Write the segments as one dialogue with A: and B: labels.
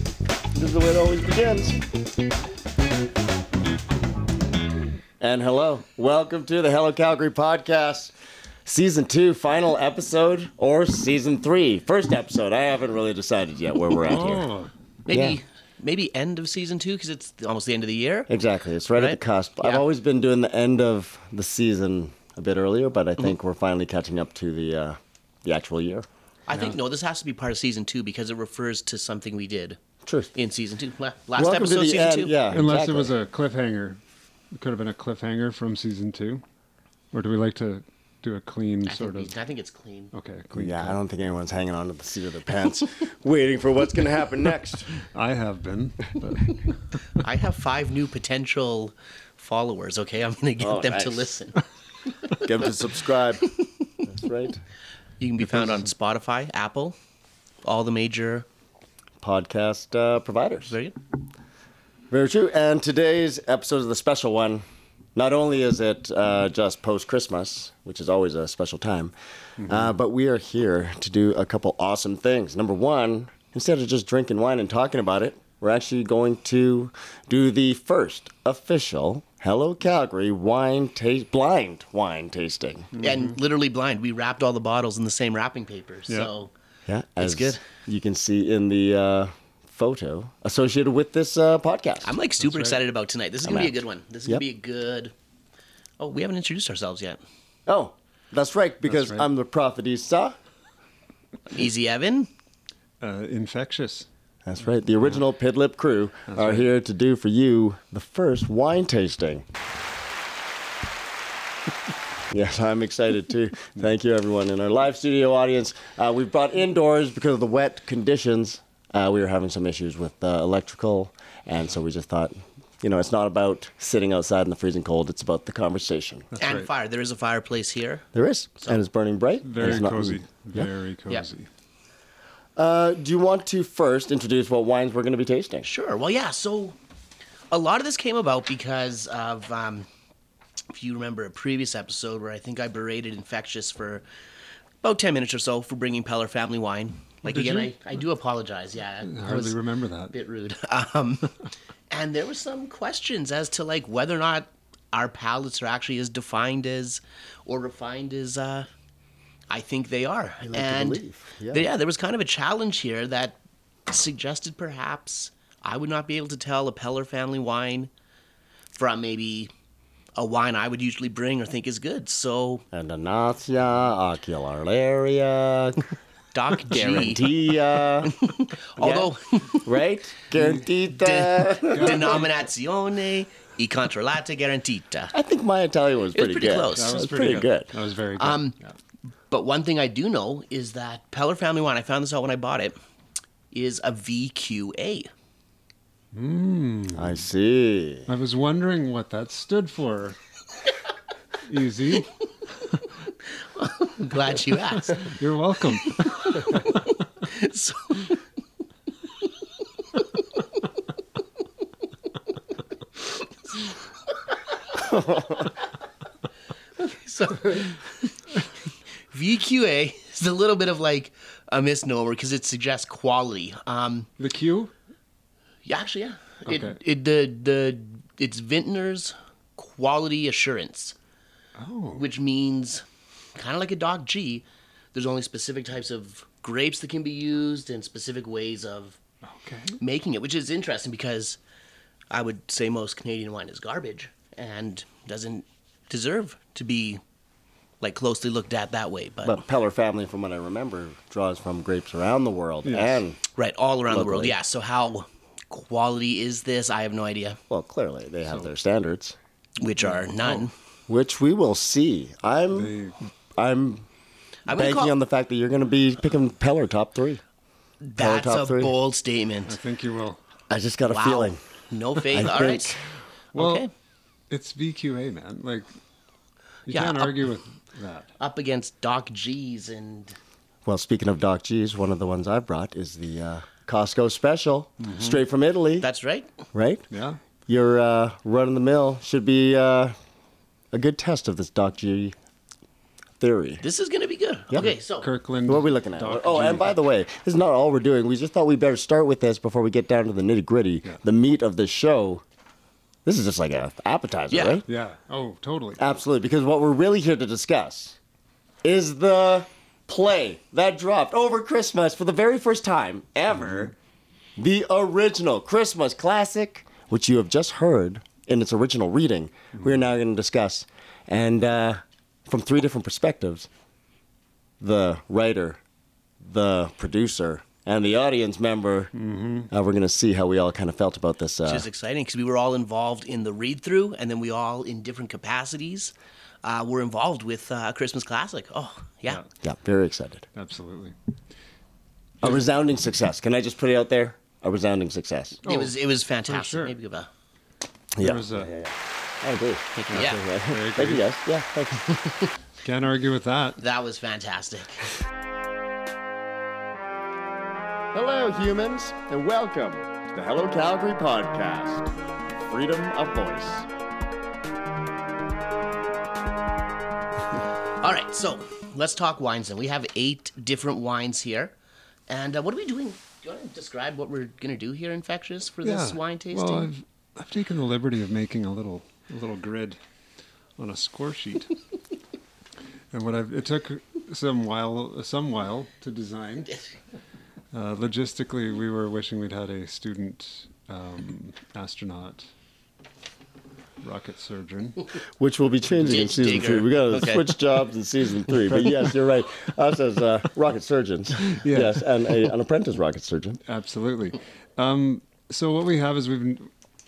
A: is the way it always begins. And hello, welcome to the Hello Calgary podcast, season two, final episode, or season three, first episode. I haven't really decided yet where we're at here.
B: Oh, maybe
A: Yeah.
B: maybe end of season two because it's almost the end of the year.
A: Exactly, it's right, at
B: Right?
A: the cusp. I've
B: Yeah.
A: always been doing the end of the season a bit earlier, but I think we're finally catching up to the uh, the actual year.
B: I think no, this has to be part of season two because it refers to something we did
A: Truth.
B: in season two. La- Last
A: welcome
B: episode,
A: to the
B: season
A: end.
B: two.
A: Yeah,
C: Unless it
A: Uh, exactly.
C: was a cliffhanger. It could have been a cliffhanger from season two. Or do we like to do a
B: I
C: clean
B: think,
C: sort
B: we-
C: of.
B: I think it's clean.
C: Okay, clean.
A: Yeah, I
C: cut.
A: don't think anyone's hanging on to the seat of their pants, waiting for what's going to happen next.
C: I have been. But
B: I have five new potential followers. Okay, I'm going to get
A: Oh,
B: them to
A: nice.
B: listen.
A: Get them to subscribe. That's right.
B: You can be found on Spotify, Apple, all the major.
A: Podcast uh, providers.
B: Very good.
A: Very true. And today's episode is the special one. Not only is it uh, just post Christmas, which is always a special time, uh, but we are here to do a couple awesome things. Number one, instead of just drinking wine and talking about it, we're actually going to do the first official Hello Calgary wine taste blind wine tasting.
B: And literally blind. We wrapped all the bottles in the same wrapping paper. So
A: Yeah,
B: That's
A: as
B: good.
A: You can see in the uh, photo associated with this uh, podcast.
B: I'm like super excited about tonight. This is going to be a
A: out.
B: good one. This is
A: Yep.
B: going to be a good. Oh, we haven't introduced ourselves yet.
A: oh, that's right, because
C: right.
A: I'm the prophetessa.
B: Easy Evan.
C: uh, infectious.
A: That's right. The original Pid Lip crew are here to do for you the first wine tasting. yes, I'm excited too. Thank you, everyone in our live studio audience. Uh, we've brought indoors because of the wet conditions. Uh, we were having some issues with uh, electrical, and so we just thought, you know, it's not about sitting outside in the freezing cold. It's about the conversation.
B: and
C: right.
B: fire. There is a fireplace here.
A: There is, and it's burning bright. and
C: Very
A: it's not-
C: cozy. Very cozy.
A: Uh, do you want to first introduce what wines we're going to be tasting?
B: Sure. Well, yeah. So a lot of this came about because of, um, if you remember a previous episode where I think I berated Infectious for about 10 minutes or so for bringing Peller family wine. Like,
C: Oh, Did
B: again,
C: you?
B: I, I do apologize. Yeah.
C: I
B: I
C: hardly
B: was a
C: remember that.
B: bit rude. Um, and there were some questions as to, like, whether or not our palates are actually as defined as or refined as uh, I think they are. I
A: to believe, yeah.
B: yeah, there was kind of a challenge here that suggested perhaps I would not be able to tell a Peller family wine from maybe a wine I would usually bring or think is good. So
A: and Anatia, Ocularia,
B: Doc G,
A: Tia,
B: although
A: right? Garantita.
B: denominazione e controllata garantita.
A: I think my Italian was pretty,
B: pretty
A: good.
B: close.
A: That
B: That
A: was,
B: was
A: pretty, good.
C: That was very good.
B: Um,
C: Yeah.
B: But one thing I do know is that Peller family wine, I found this out when I bought it, is a VQA.
A: I see.
C: I was wondering what that stood for. Easy.
B: I'm glad you asked.
C: You're welcome.
B: So- so VQA is a little bit of like a misnomer because it suggests quality. Um,
C: The Q?
B: yeah, actually, yeah.
C: Okay.
B: It, it the the it's Vintner's quality assurance,
C: Oh.
B: which means kind of like a Doc G. There's only specific types of grapes that can be used and specific ways of
C: Okay.
B: making it, which is interesting because I would say most Canadian wine is garbage and doesn't deserve to be like closely looked at that way. But,
A: But Peller family, from what I remember, draws from grapes around the world
C: Yes.
A: and
B: right, all around the world,
A: Locally.
B: yeah. So how quality is this? I have no idea.
A: well, clearly they have their standards,
B: Which are none.
A: which we will see. I'm
C: They-
A: I'm
B: I'm gonna
A: banking
B: call-
A: on the fact that you're going to be picking Peller top three.
B: That's
A: top
B: a
A: three.
B: bold
C: I
B: statement.
C: think you will.
A: I just got a
B: Wow.
A: feeling.
B: No faith.
A: I
B: all right.
A: think-
C: Well,
B: okay.
C: it's VQA, man. Like, you
B: Yeah, uh,
C: can't
B: up-
C: argue with that.
B: Up against Doc G's and
A: Well, speaking of Doc G's, one of the ones I've brought is the uh, Costco special, straight from Italy,
B: that's right.
A: right?
C: Yeah.
A: Your uh, run of the mill should be uh, a good test of this Doc G theory.
B: This is going to be good. Okay, so
C: Kirkland.
A: What are we looking at?
C: Dr.
A: Oh, and
C: G.
A: by the way, this is not all we're doing. We just thought we better start with this before we get down to the nitty gritty, the meat of the show. This is just like an appetizer,
B: Yeah.
A: right?
C: yeah. Oh, totally.
A: Absolutely, because what we're really here to discuss is the play that dropped over Christmas for the very first time ever. The original Christmas classic, which you have just heard in its original reading, we are now going to discuss. And uh, from three different perspectives the writer, the producer, and the audience member. Uh, we're going to see how we all kind of felt about this. Uh,
B: which is exciting because we were all involved in the read through, and then we all, in different capacities, uh, were involved with uh, a Christmas classic. Oh, yeah.
A: yeah, very excited.
C: Absolutely.
A: A resounding success. Can I just put it out there? A resounding success.
B: It was it was fantastic.
C: Oh. sure.
B: Maybe give a
A: Yeah.
C: There was a,
A: I agree.
B: yeah.
C: Very
A: Thank you
C: good.
A: guys. Yeah, thank you.
C: Can't argue with that.
B: That was fantastic.
A: Hello, humans, and welcome to the Hello Calgary podcast. Freedom of voice.
B: All right, so let's talk wines then. We have eight different wines here, and uh, what are we doing? Do you want to describe what we're gonna do here, infectious, for this wine tasting?
C: Well, I've, I've taken the liberty of making a little a little grid on a score sheet, and what I've it took some while some while to design. Uh, logistically, we were wishing we'd had a student um, astronaut, rocket surgeon.
A: Which will be changing in
B: Ditch
A: season
B: digger.
A: three. We got to
B: Okay.
A: switch jobs in season three. But yes, you're right. Us as uh, rocket surgeons. Yes, and a, an apprentice rocket surgeon.
C: Absolutely. Um, so what we have is we've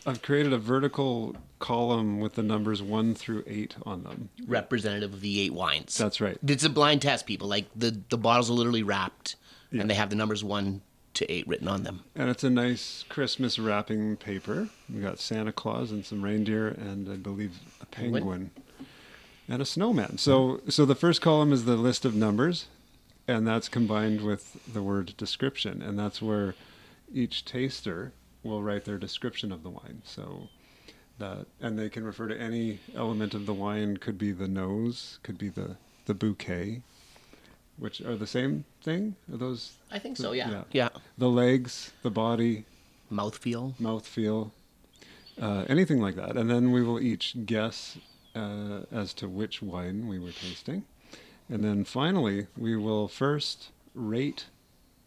C: I've created a vertical column with the numbers one through eight on them.
B: Representative of the eight wines.
C: That's right.
B: It's a blind test, people. Like the the bottles are literally wrapped,
C: Yeah.
B: and they have the numbers one to eight written on them.
C: And it's a nice Christmas wrapping paper. We got Santa Claus and some reindeer and I believe a penguin, and a snowman. So so the first column is the list of numbers and that's combined with the word description and that's where each taster will write their description of the wine. So that and they can refer to any element of the wine could be the nose, could be the the bouquet, which are the same thing? Are those
B: I think so. Yeah.
C: Yeah.
B: Yeah.
C: the legs, the body,
B: Mouthfeel.
C: mouthfeel, uh, anything like that. And then we will each guess uh, as to which wine we were tasting. And then finally, we will first rate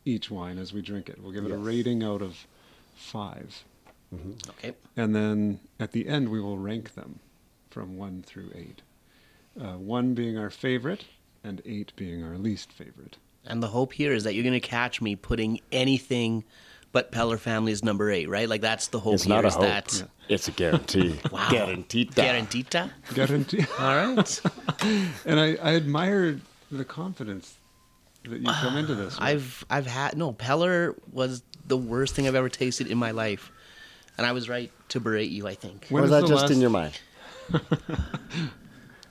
C: each wine as we drink it. We'll give it a
A: Yes.
C: rating out of five.
B: Okay.
C: And then at the end, we will rank them from one through eight. Uh, one being our favorite, and eight being our least favorite.
B: And the hope here is that you're going to catch me putting anything but Peller Family's number eight, right? Like that's the hope
A: It's
B: here
A: not a
B: is
A: hope.
B: that.
A: It's a guarantee.
B: Wow.
A: Guaranteed.
B: Guaranteed. that?
C: Guarantee.
B: All right.
C: And I, I admire the confidence that you come into this. with.
B: I've I've had no Peller was the worst thing I've ever tasted in my life, and I was right to berate you. I think
C: When
A: Was
C: is
A: that
C: the
A: just in
C: last-
A: your mind?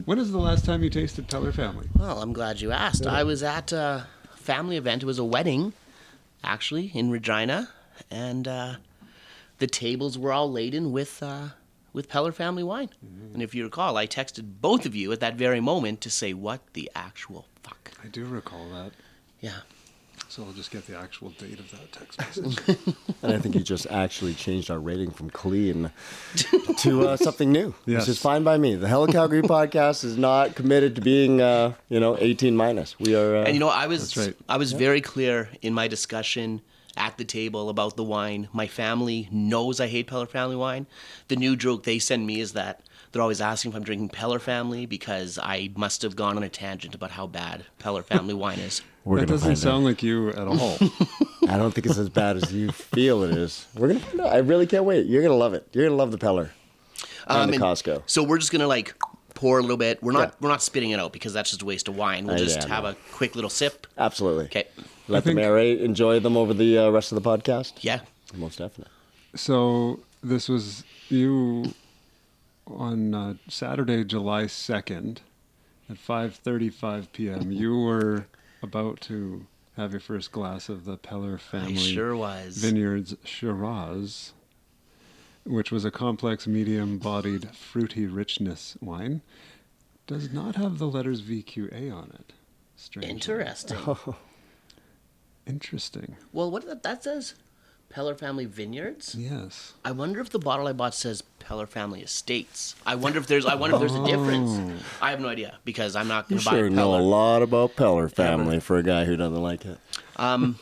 C: When is the last time you tasted Teller Family?
B: Well, I'm glad you asked. I was at a family event. It was a wedding, actually, in Regina, and uh, the tables were all laden with uh, with Peller family wine. And if you recall, I texted both of you at that very moment to say, "What the actual fuck?"
C: I do recall that.
B: Yeah.
C: So I'll just get the actual date of that text message.
A: And I think you just actually changed our rating from clean to uh, something new,
C: Yes.
A: which is fine by me. The Hello Calgary podcast is not committed to being, uh, you know, 18 minus. We are. Uh,
B: And you know, I was
C: That's right.
B: I was very clear in my discussion at the table about the wine. My family knows I hate Peller Family wine. The new joke they send me is that they're always asking if I'm drinking Peller Family because I must have gone on a tangent about how bad Peller Family wine is.
A: we're
C: that
A: gonna
C: doesn't
A: find out.
C: sound like you at all.
A: I don't think it's as bad as you feel it is. We're gonna find out. I really can't wait. You're gonna love it. You're gonna love the Peller and the
B: Um, and
A: Costco.
B: So we're just gonna like pour a little bit. We're not
A: Yeah.
B: we're not spitting it out because that's just a waste of wine. We'll
A: I
B: just
A: am.
B: have a quick little sip.
A: Absolutely.
B: Okay.
A: Let them
C: think-
A: aerate. Enjoy them over the uh, rest of the podcast.
B: Yeah.
A: Most definitely.
C: so this was you on uh, Saturday, July second, at five thirty-five p.m. You were about to have your first glass of the Peller
B: I
C: Family.
B: sure was.
C: Vineyards Shiraz, which was a complex, medium bodied, fruity richness wine. does not have the letters VQA on it. Strange.
B: Interesting.
C: Interesting.
B: Well, what that, that says Peller Family Vineyards.
C: Yes.
B: I wonder if the bottle I bought says Peller Family Estates. I wonder if there's I wonder if there's
C: Oh.
B: a difference. I have no idea because I'm not
A: You
B: going to buy
A: sure
B: a
A: know a
B: Peller.
A: lot about Peller family for a guy who doesn't like it.
B: Um,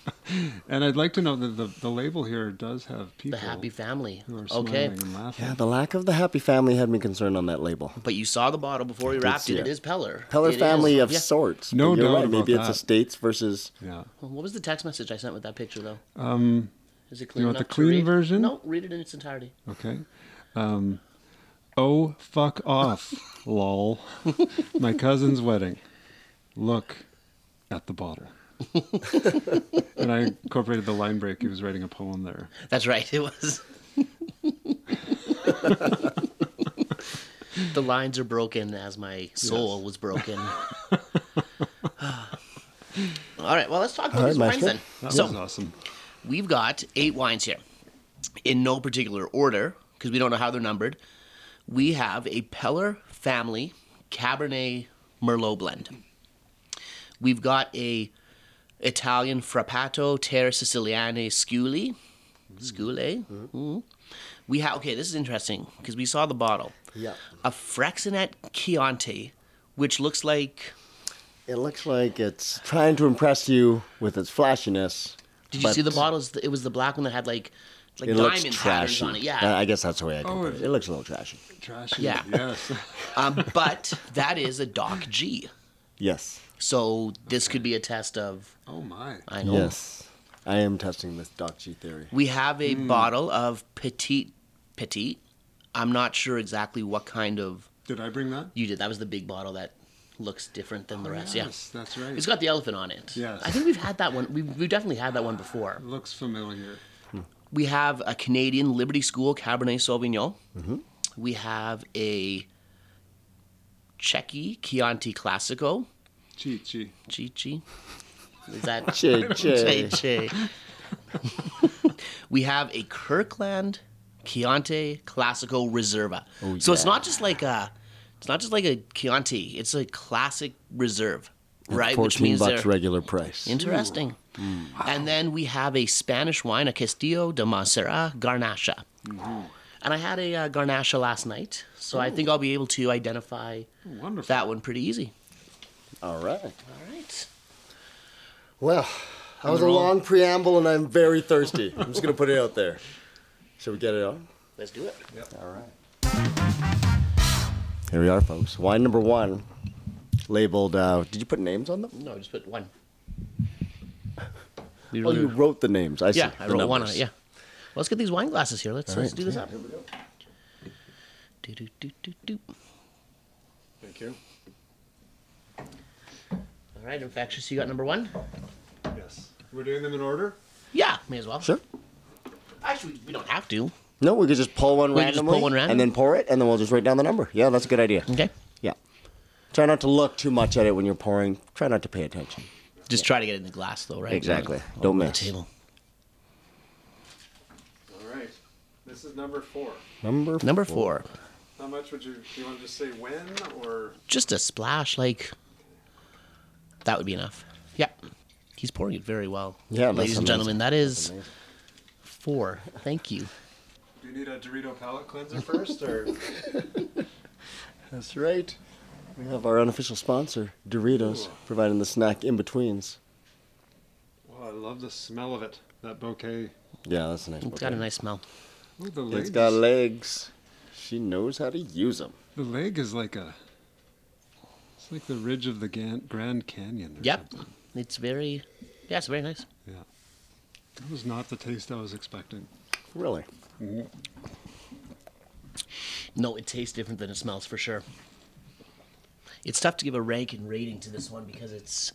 C: And I'd like to know that the, the label here does have
B: the
C: people
B: Happy Family.
C: who are smiling
B: Okay,
C: and laughing.
A: Yeah, the lack of the happy family had me concerned on that label.
B: but you saw the bottle before we wrapped
A: see
B: it. It
A: it.
B: is Peller.
A: Peller
B: It is.
A: family of
B: Yeah.
A: sorts.
C: No
A: but you're
C: doubt
A: right.
C: about
A: Maybe it's
C: that.
A: estates versus.
C: Yeah.
B: What was the text message I sent with that picture though?
C: Um,
B: Is it clear
C: want
B: enough
C: the
B: to
C: clean
B: read?
C: version?
B: No, read it in its entirety.
C: okay. Um, oh, fuck off, lol. My cousin's wedding. Look at the bottle. and I incorporated the line break. He was writing a poem there.
B: That's right. It was. the lines are broken as my soul was broken. All right. Well, let's talk about
A: All right,
B: these wines
A: Master.
B: then.
C: That
B: So
C: was awesome.
B: we've got eight wines here, in no particular order because we don't know how they're numbered. We have a Peller Family Cabernet Merlot blend. We've got a Italian Frappato Terra Siciliane Sciuli. Sciule.
A: Mm-hmm.
B: Mhm. We have okay. This is interesting because we saw the bottle.
A: Yeah.
B: A Fraxinet Chianti, which looks like.
A: It looks like it's trying to impress you with its flashiness.
B: Did you see the
A: but
B: bottles? It was the black one that had like like
A: It looks
B: diamond patterns
A: trashy.
B: on it. Yeah.
A: I I guess that's the way I can
C: Oh,
A: put it. It looks a little trashy.
C: Trashy.
B: Yeah.
C: Yes.
B: um, but that is a Doc G.
A: Yes.
B: So this could be a test of.
C: Oh, my.
B: I know.
A: Yes. I am testing this Doc G theory.
B: We have a
C: Hmm.
B: bottle of Petit Petit. I'm not sure exactly what kind of
C: Did I bring that?
B: you did. That was the big bottle that looks different than the rest.
C: Oh, yes, that's right.
B: Yeah. It's got the elephant on it.
C: Yes.
B: I think we've had that one. We've, we've definitely had that one before.
C: Looks familiar.
B: We have a Canadian Liberty School Cabernet Sauvignon. We have a Cecchi Chianti Classico.
C: Chi Chi.
B: Chichi. Is that
A: Che, che.
B: Che, che. we have a Kirkland Chianti Classico Reserva. so it's
A: Oh, yeah.
B: not just like a, it's not just like a Chianti. It's a classic reserve, right? Which
A: Fourteen
B: means
A: bucks
B: they're
A: regular price.
B: interesting. And then we have a Spanish wine, a Castillo de Montserrat Garnacha.
A: Mm-hmm.
B: And I had a uh, Garnacha last night, so I think I'll be able to identify
C: Wonderful.
B: that one pretty easy.
A: All right.
B: All right.
A: Well, that was a
B: roll.
A: long preamble, and I'm very thirsty. I'm just gonna put it out there. Should we get it on?
B: Let's do it.
A: All right. Here we are, folks. Wine number one, labeled. Uh, did you put names on them?
B: No, just put one.
A: Oh, you wrote the names. I see.
B: Yeah, I
A: the
B: wrote one on
A: numbers.
B: it. Yeah. Well, let's get these wine glasses here. Let's let's
A: right,
B: do this
A: yeah.
B: up. Do, do, do, do, do.
C: Thank you.
B: All right, infectious. You got number one.
C: Yes. We're doing them in order?
B: Yeah, may as well.
A: Sure.
B: Actually, we don't have to.
A: No, we could just pull one
B: We could just
A: randomly,
B: pull one random?
A: and then pour it, and then we'll just write down the number. Yeah, that's a good idea.
B: Okay.
A: Yeah. Try not to look too much at it when you're pouring. Try not to pay attention.
B: Just try to get it in the glass, though, right?
A: Exactly.
B: Not
A: Don't
B: on the
A: miss.
B: Table.
C: All right. This is number four.
A: Number
B: Number four.
C: How much would you, do you want to just say when or?
B: Just a splash, like that would be enough. Yeah. He's pouring it very well.
A: Yeah, that's
B: ladies and
A: amazing.
B: gentlemen, that is four. Thank you.
C: Do you need a Dorito palate cleanser first or?
A: That's right. We have our unofficial sponsor, Doritos,
C: Ooh.
A: providing the snack in betweens.
C: oh, I love the smell of it. That bouquet.
A: Yeah, that's a nice.
B: It's got a nice smell.
C: Ooh, the
A: It's
C: leg.
A: got legs. She knows how to use them.
C: the leg is like a. It's like the ridge of the Gan- Grand Canyon. or
B: Yep.
C: something.
B: It's very. Yeah, it's very nice.
C: Yeah. That was not the taste I was expecting.
A: Really?
B: No, it tastes different than it smells for sure. It's tough to give a rank and rating to this one because it's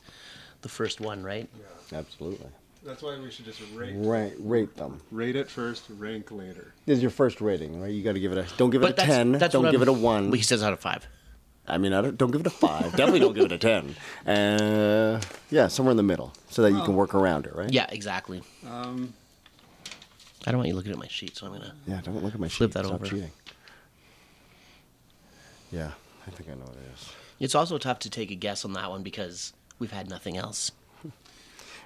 B: the first one, right?
A: Absolutely.
C: That's why we should just rate.
A: Rate, rate them.
C: Rate it first, rank later.
A: This is your first rating, right? You got to give it a. Don't give it a ten. don't
B: what
A: give it
B: I'm-
A: a one.
B: Well, he says out of five.
A: I mean, I don't, don't give it a five. Definitely don't give it a ten. Uh, yeah, somewhere in the middle, so that you can work around it, right?
B: Yeah, exactly.
C: Um,
B: I don't want you looking at my sheet, so I'm gonna.
A: Yeah. Don't look at my
B: Flip
A: sheet.
B: that
A: Stop
B: over.
A: cheating. Yeah, I think I know what it is.
B: It's also tough to take a guess on that one because we've had nothing else.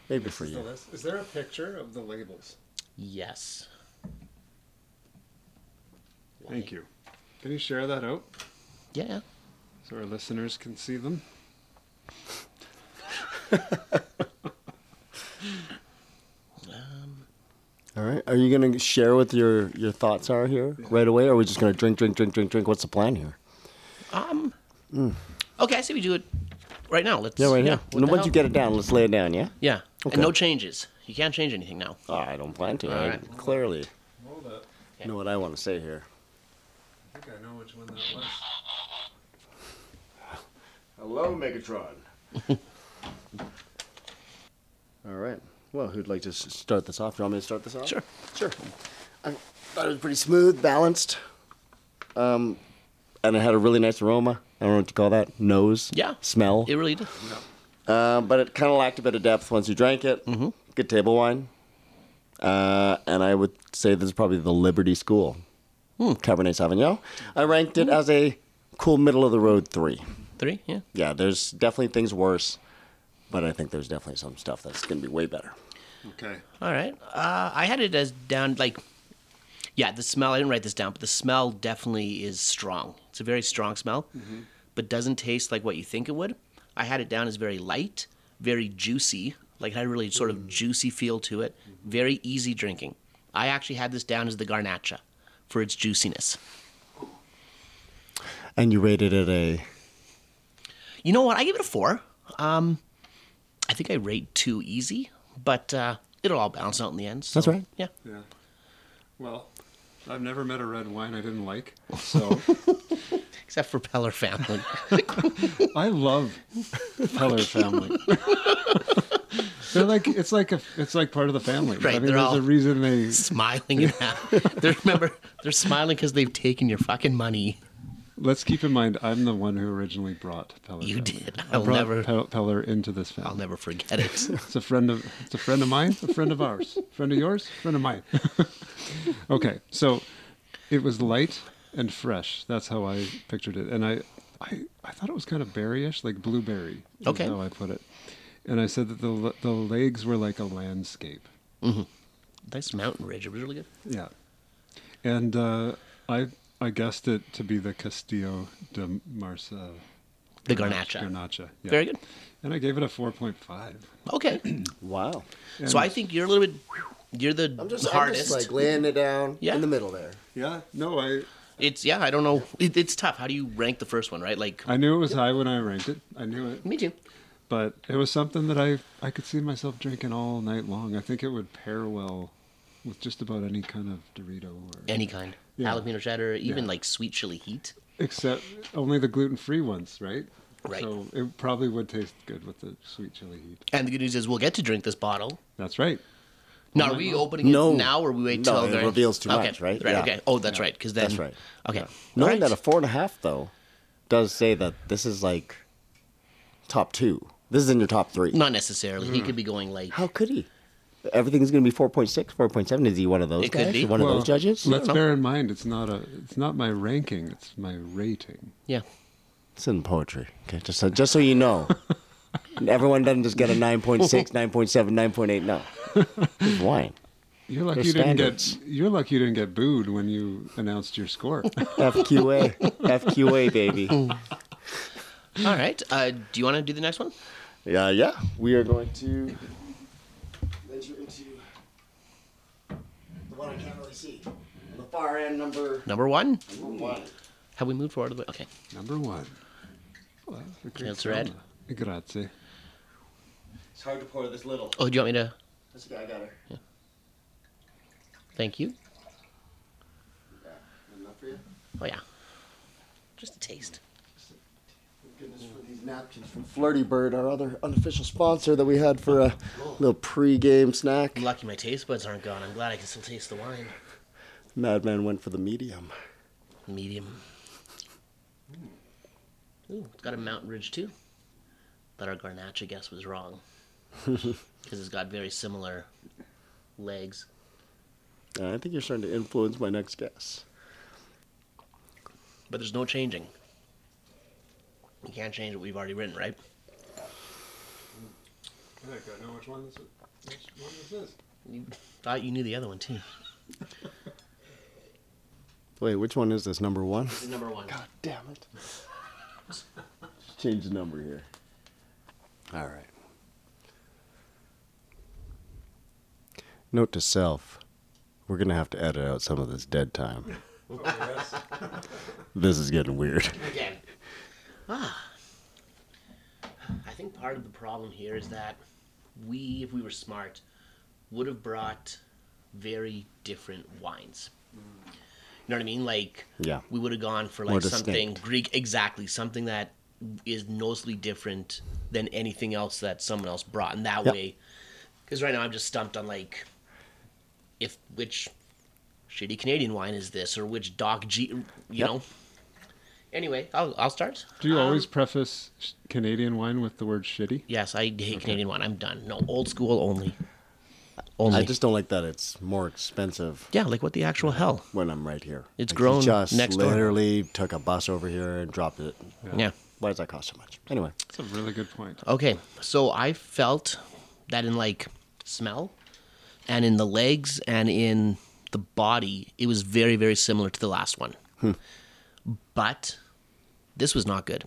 A: Maybe for you.
C: list. Is there a picture of the labels?
B: Yes.
C: Thank you. Can you share that out
B: Yeah.
C: so our listeners can see them?
B: Um,
A: All right. Are you going to share what your, your thoughts are here right away? Or are we just going to drink, drink, drink, drink, drink? What's the plan here?
B: Um. Okay, I say we do it right now. Let's.
A: Mm. Yeah, right
B: yeah,
A: here.
B: what
A: And
B: the
A: once you
B: hell?
A: get it down, let's lay it down, yeah?
B: Yeah.
A: Okay.
B: And no changes. You can't change anything now.
A: Oh, I don't plan to. I
B: right.
A: clearly
C: Hold up.
A: know what I want to say here.
C: I think I know which one that was.
A: Hello, Megatron. All right. Well, who'd like to s- start this off? You want me to start this off?
B: Sure.
A: Sure. I thought it was pretty smooth, balanced, um, and it had a really nice aroma. I don't know what you call that. Nose.
B: Yeah.
A: Smell.
B: It really did.
A: Uh, but it kind of lacked a bit of depth once you drank it. Mm-hmm. Good table wine. Uh, and I would say this is probably the Liberty School Cabernet Sauvignon. I ranked it as a cool middle of the road three.
B: Three. Yeah.
A: Yeah, there's definitely things worse, but I think there's definitely some stuff that's going to be way better.
C: Okay.
B: All right. Uh, I had it as down like, yeah, the smell. I didn't write this down, but the smell definitely is strong. It's a very strong smell,
A: Mm-hmm.
B: but doesn't taste like what you think it would. I had it down as very light, very juicy. Like it had a really sort
A: Mm.
B: of juicy feel to it.
A: Mm-hmm.
B: Very easy drinking. I actually had this down as the Garnacha for its juiciness.
A: And you rated it a.
B: You know what? I give it a four. Um, I think I rate two easy, but uh, it'll all balance out in the end. so-
A: That's right.
B: Yeah.
C: Yeah. Well, I've never met a red wine I didn't like. So
B: Except for Peller Family.
C: I love Feller family. They're like it's like a it's like part of the family.
B: Right,
C: I mean,
B: they're
C: there's
B: all-
C: a reason they.
B: smiling and happy. they remember they're smiling because they've taken your fucking money.
C: Let's keep in mind, I'm the one who originally brought Peller.
B: You
C: family.
B: did.
C: I
B: I'll
C: brought
B: never-
C: Pe- Peller into this family.
B: I'll never forget it.
C: It's a friend of it's a friend of mine, a friend of ours, friend of yours, friend of mine. okay, so it was light and fresh. That's how I pictured it, and I I, I thought it was kind of berryish, like blueberry. is
B: Okay.
C: how I put it, and I said that the le- the legs were like a landscape.
B: nice mountain ridge. It was really good.
C: Yeah, and uh, I I guessed it to be the Castillo de Marsa.
B: The Garnacha.
C: Garnacha. Yeah.
B: Very good.
C: And I gave it a four point five.
B: Okay.
A: Wow.
B: so I think you're a little bit. You're the hardest.
A: laying it down
B: Yeah.
A: middle there.
C: Yeah. No, I
B: it's yeah. I don't know. It, it's tough. How do you rank the first one? Right?
A: Uh,
B: Like
C: I knew it was high when I ranked it. I knew it,
B: me too.
C: but it was something that I I could see myself drinking all night long. I think it would pair well with just about any kind of Dorito or
B: Any kind.
C: Yeah.
B: Jalapeno cheddar, even
C: Yeah.
B: like sweet chili heat.
C: except only the gluten free ones, right?
B: Right.
C: So it probably would taste good with the sweet chili heat.
B: And the good news is we'll get to drink this bottle.
C: That's right.
B: Now, are we opening it
A: No.
B: now, or we wait
A: No,
B: till
A: it
B: the-
A: reveals too
B: okay.
A: much, right?
B: Right.
A: Yeah.
B: Okay. Oh, that's right. Because then
A: That's right.
B: Okay.
A: Knowing
B: Alright.
A: that a four and a half, though, does say that this is like top two. This is in your top three.
B: Not necessarily. He could be going like
A: How could he? Everything's going to be 4.6, 4.7. Is he one of those
B: It could
A: guys?
B: be.
A: One of those judges?
C: Let's
B: No.
C: bear in mind it's not a it's not my ranking, it's my rating.
B: Yeah.
A: It's in poetry. Okay, just so, just so you know. Everyone doesn't just get a 9.6, 9.7, 9.8. No. It's wine.
C: You're lucky
A: Their
C: you didn't
A: standards.
C: get you're lucky you didn't get booed when you announced your score.
A: FQA. FQA, baby.
B: All right. Uh, do you want to do the next one?
A: Yeah, yeah. We are going to venture into the one I can't really see. On the far end, number
B: Number one.
A: one.
B: Have we moved forward? a bit? Okay.
C: Number one. Well, that was a great
B: That's red.
C: sound. Grazie.
A: It's hard to pour this little.
B: Oh, do you want me to?
A: That's okay, I got her.
B: Thank you.
A: Yeah. Enough for you?
B: Oh yeah. Just a taste.
A: Thank Goodness for these napkins from Flirty Bird, our other unofficial sponsor that we had for a little pre-game snack.
B: I'm lucky my taste buds aren't gone. I'm glad I can still taste the wine.
A: Madman went for the medium.
B: Medium. Ooh, it's got a mountain ridge too. But our garnacha guess was wrong. Because it's got very similar legs.
A: Uh, I think you're starting to influence my next guess.
B: But there's no changing. We can't change what we've already written, right?
C: I think I know which one this is. Which one this is.
B: You thought you knew the other one too.
A: Wait, which one is this? Number one?
B: This is number one.
A: Damn it. Change the number here. All right. Note to self we're going to have to edit out some of this dead time.
C: Oh, yes.
A: This is getting weird.
B: Again. Ah. I think part of the problem here is that we, if we were smart, would have brought very different wines. You know what I mean? Like,
A: Yeah.
B: we would have gone for
A: More
B: like something
A: distinct.
B: Greek, exactly something that is noticeably different than anything else that someone else brought, and that
A: Yep.
B: way, because right now I'm just stumped on like, if which shitty Canadian wine is this or which Doc G, you
A: Yep.
B: know. Anyway, I'll I'll start.
C: Do you
B: Um,
C: always preface sh- Canadian wine with the word shitty?
B: Yes, I hate Canadian wine. I'm done. No, old school only. Only.
A: I just don't like that it's more expensive
B: yeah, like what the actual hell?
A: when I'm right here.
B: It's
A: Like,
B: grown
A: You just
B: next door.
A: literally took a bus over here and dropped it.
B: yeah.
A: Why does that cost so much? Anyway,
C: That's a really good point.
B: Okay, so I felt that in like smell, and in the legs, and in the body, it was very, very similar to the last one. But this was not good.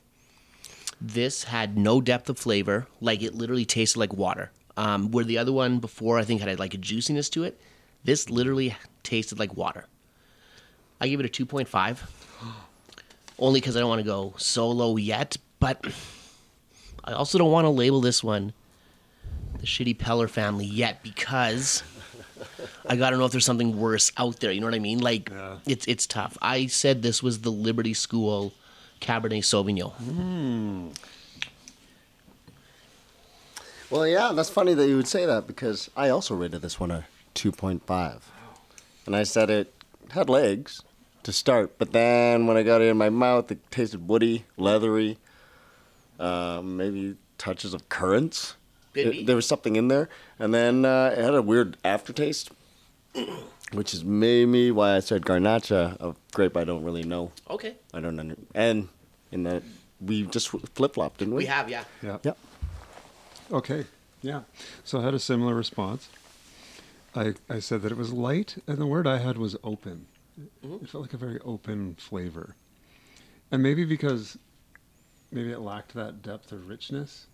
B: This had no depth of flavor. Like it literally tasted like water. Um, where the other one before, I think had like a juiciness to it. This literally tasted like water. I give it a two point five, only because I don't want to go so low yet. But I also don't want to label this one the shitty Peller family yet because I gotta know if there's something worse out there. You know what I mean? Like it's it's tough. I said this was the Liberty School Cabernet Sauvignon.
A: Well, yeah, that's funny that you would say that because I also rated this one a 2.5. And I said it had legs to start, but then when I got it in my mouth, it tasted woody, leathery, uh, maybe touches of currants.
B: Could
A: It-
B: be.
A: there was something in there. And then uh, it had a weird aftertaste, which is maybe why I said Garnacha, a grape I don't really know.
B: Okay.
A: I don't under And in that, we just flip flopped, didn't we?
B: We have, yeah.
C: Yeah.
A: Yep.
C: Okay. Yeah. So I had a similar response. I, I said that it was light, and the word I had was open.
B: Mm-hmm.
C: It felt like a very open flavor. And maybe because maybe it lacked that depth of richness.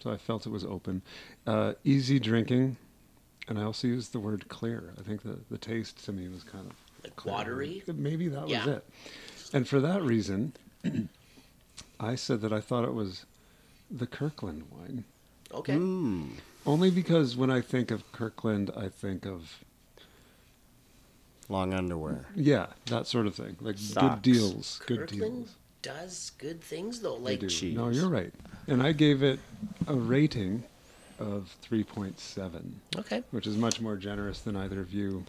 C: So I felt it was open. Uh, easy drinking. And I also used the word clear. I think the, the taste to me was kind of
B: Like
C: clear.
B: watery.
C: Maybe that was
B: Yeah.
C: it. And for that reason, I said that I thought it was the Kirkland wine.
B: Okay.
C: Only because when I think of Kirkland, I think of
A: Long underwear.
C: yeah, that sort of thing, like
A: Socks.
C: good deals, good
B: Kirkland
C: deals.
B: does good things though.
C: They
B: Like
C: do.
A: cheese.
C: No, you're right. And I gave it a rating of 3.7,
B: Okay.
C: which is much more generous than either of you.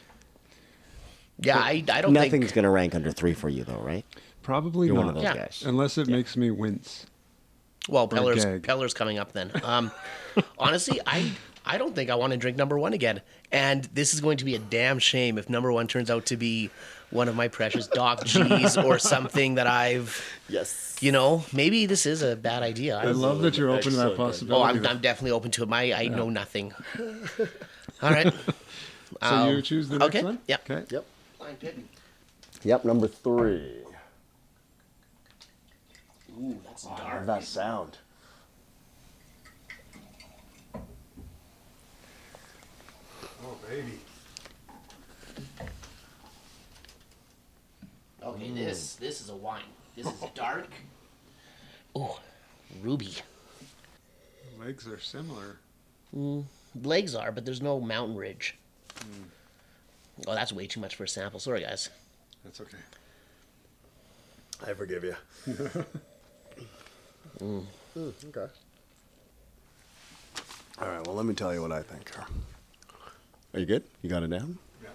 B: Yeah, I, I don't
A: Nothing's
B: think
A: going to rank under three for you, though, right?
C: Probably
A: You're
C: not,
A: one of those
B: Yeah.
A: guys.
C: unless it
A: Yeah.
C: makes me wince.
B: Well,
C: Or a
B: Peller's
C: gag.
B: Peller's coming up then. Um, honestly, I I don't think I want to drink number one again. And this is going to be a damn shame if number one turns out to be one of my precious Doc G's or something that I've,
A: Yes.
B: you know, maybe this is a bad idea. I,
C: I love that you're open to that
A: Excellent.
B: oh,
C: possibility.
B: I'm, I'm definitely open to it. My I know nothing. All right.
C: so you choose the next
B: okay,
C: one.
B: yeah.
C: Okay.
A: Yep.
B: Line pit.
A: Yep. Number three.
B: Ooh, that's dark.
A: That sound.
C: Oh baby.
B: Okay,
A: Mm.
B: this this is a wine. This is dark. Ooh, Oh, ruby.
C: Legs are similar.
B: legs are, but there's no mountain ridge. Hmm. Oh, that's way too much for a sample. Sorry, guys.
C: That's okay.
A: I forgive you.
B: Mm.
A: Hmm, okay. All right. Well, let me tell you what I think. here. Are you good? You got it down?
C: Yeah.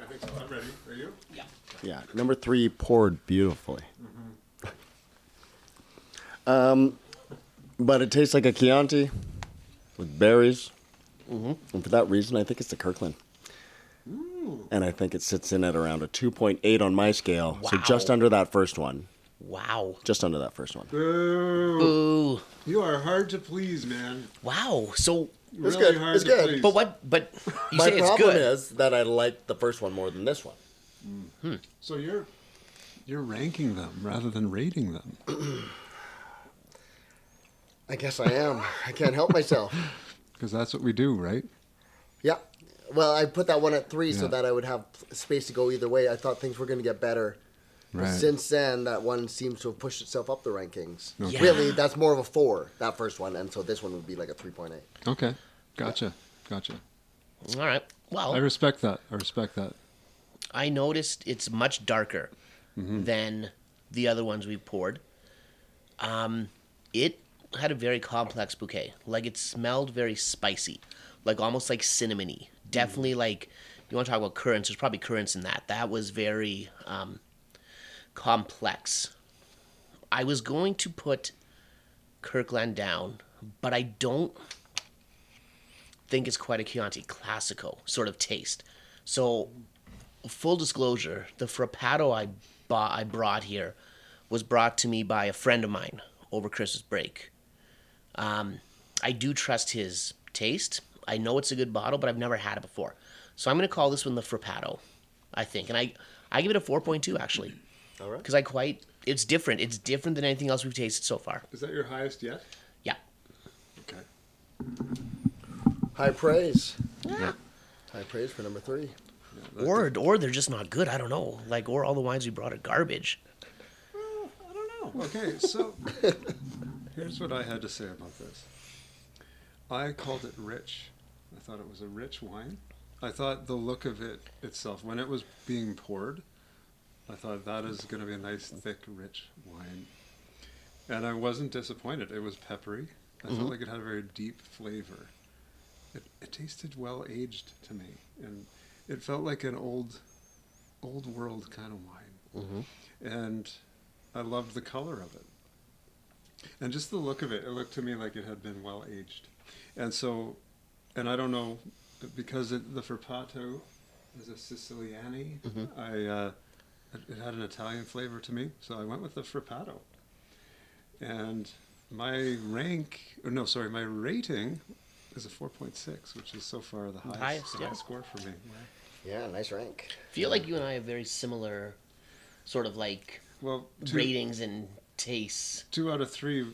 C: I think so. I'm ready. Are you?
B: Yeah.
A: Yeah. Number three poured beautifully.
B: Mm-hmm.
A: Um, but it tastes like a Chianti with berries.
B: Mm-hmm.
A: And for that reason, I think it's the Kirkland.
B: Mm.
A: And I think it sits in at around a 2.8 on my scale. So
B: Wow.
A: just under that first one.
B: Wow.
A: Just under that first one.
C: Boo.
B: Ooh.
C: You are hard to please, man.
B: Wow. So,
A: It's
C: really
A: good,
C: hard
A: it's
C: to
A: good.
C: please.
B: but what? But you
A: My
B: say it's
A: problem
B: good.
A: is that I like the first one more than this one.
C: So you're you're ranking them rather than rating them.
A: I guess I am. I can't help myself.
C: Because that's what we do, right?
D: Yeah. Well, I put that one at three so
C: Yeah.
D: that I would have pl- space to go either way. I thought things were going to get better. But
C: Right.
D: Since then, that one seems to have pushed itself up the rankings.
C: Okay.
D: Really, that's more of a four, that first one. And so this one would be like a 3.8.
C: Okay. Gotcha. Gotcha.
B: All right. Well,
C: I respect that. I respect that.
B: I noticed it's much darker than the other ones we poured. Um, it had a very complex bouquet. Like it smelled very spicy, like almost like cinnamony. Definitely like you want to talk about currants. There's probably currants in that. That was very um, complex. I was going to put Kirkland down, but I don't think it's quite a Chianti Classico sort of taste. So full disclosure, the frappato I bought, I brought here, was brought to me by a friend of mine over Christmas break. Um, I do trust his taste. I know it's a good bottle, but I've never had it before, so I'm gonna call this one the frappato, I think, and I I give it a 4.2 actually,
D: All right.
B: because I quite it's different. It's different than anything else we've tasted so far.
C: Is that your highest yet?
B: Yeah.
C: Okay.
D: High praise. High praise for number three.
B: Or or they're just not good. I don't know. Like or all the wines we brought are garbage.
C: I don't know. Okay, so here's what I had to say about this. I called it rich. I thought it was a rich wine. I thought the look of it itself, when it was being poured, I thought that is going to be a nice, thick, rich wine. And I wasn't disappointed. It was peppery. I felt like it had a very deep flavor. It, it tasted well aged to me, and it felt like an old, old world kind of wine.
B: Mm-hmm.
C: And I loved the color of it. And just the look of it, it looked to me like it had been well aged. And so, and I don't know, because it, the Frappato is a Siciliani,
B: Mm-hmm.
C: I, uh, it, it had an Italian flavor to me, so I went with the Frappato. And my rank, or no, sorry, my rating is a 4.6, which is so far the highest,
B: highest,
C: the
B: yeah.
C: high score for me.
D: Yeah, nice rank.
B: feel like you and I have very similar, sort of like
C: Well, two,
B: ratings and tastes.
C: two out of three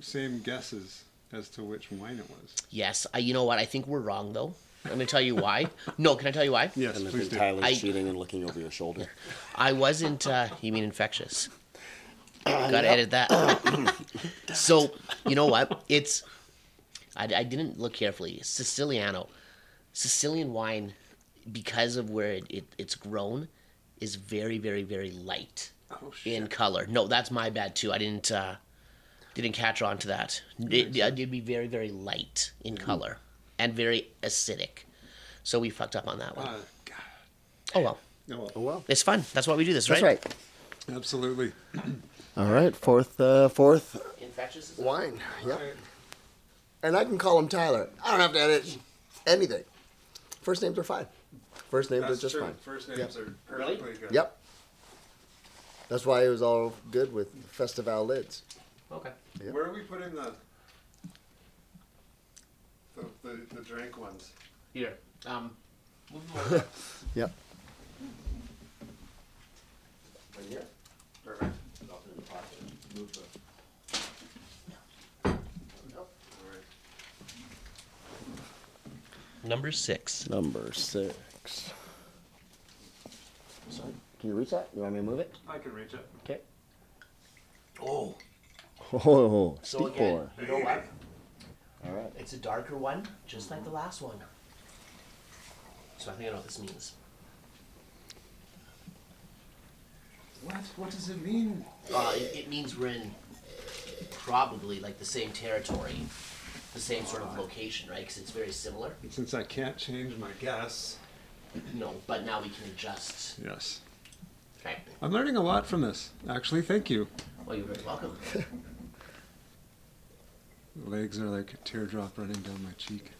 C: same guesses as to which wine it was.
B: Yes, I, you know what? I think we're wrong though. I'm gonna tell you why. No, can I tell you why?
C: Yes,
A: And I
C: please
A: think
C: do.
A: Tyler's
B: I-
A: cheating and looking over your shoulder.
B: I wasn't. Uh, you mean infectious?
C: Uh,
B: Gotta edit that. so you know what? It's. I, I didn't look carefully. Siciliano, Sicilian wine, because of where it, it, it's grown, is very very very light
C: Oh,
B: in color. No, that's my bad too. I didn't uh, didn't catch on to that. It, it would be very very light in
C: Mm-hmm.
B: color and very acidic. So we fucked up on that one.
C: Uh, God.
B: oh well,
C: Oh, well.
D: Well,
B: it's fun. That's why we do this, right?
D: that's right.
C: Oh, Absolutely.
A: All right, fourth, uh, fourth.
B: Infectious.
D: Wine. Yep. And I can call him Tyler. I don't have to edit anything. First names are fine. First names are just fine.
C: First
D: names
C: are
B: perfectly
C: good.
D: Yep. That's why it was all good with Festival lids.
B: Okay.
D: Yep.
C: Where are we putting the the, the, the drink ones?
B: Here. Um.
D: Yep.
C: Perfect.
B: Number six.
A: Number six. Sorry, can you reach that? You want me to move it?
C: I can reach it.
A: Okay.
B: Oh,
A: Oh,
B: so
A: steep
B: again,
A: pour.
B: you know what?
A: All right.
B: It's a darker one, just like the last one. So I think I know what this means.
C: What? What does it mean?
B: Uh, it, it means we're in probably like the same territory, the same sort of location, right? Because it's very similar.
C: Since I can't change my guess.
B: No, but now we can adjust.
C: Yes.
B: Mm-hmm. Okay.
C: I'm learning a lot from this. Actually, thank you.
B: Well, you're very welcome.
C: The legs are like a teardrop running down my cheek.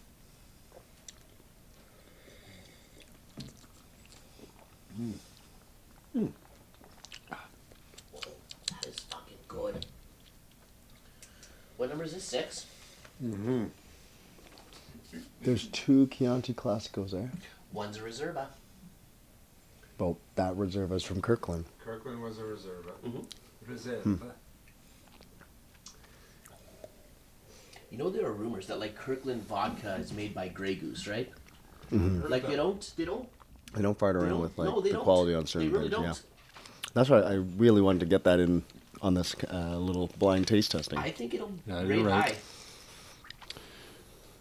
B: is this? Six.
A: There's two Chianti Classicos there.
B: One's a Reserva.
A: Well, that reserve is from Kirkland.
C: Kirkland was a reserva. Reserva.
B: You know there are rumors that like Kirkland vodka is made by Grey Goose, right? Like they don't, they don't,
A: They don't fart
B: they
A: around
B: don't
A: with like
B: no, they
A: the
B: don't.
A: quality on certain
B: they really
A: things.
B: Don't.
A: Yeah, that's why I really wanted to get that in on this uh, little blind taste testing.
B: I think it'll
C: Yeah,
B: rate
C: you're right.
B: high.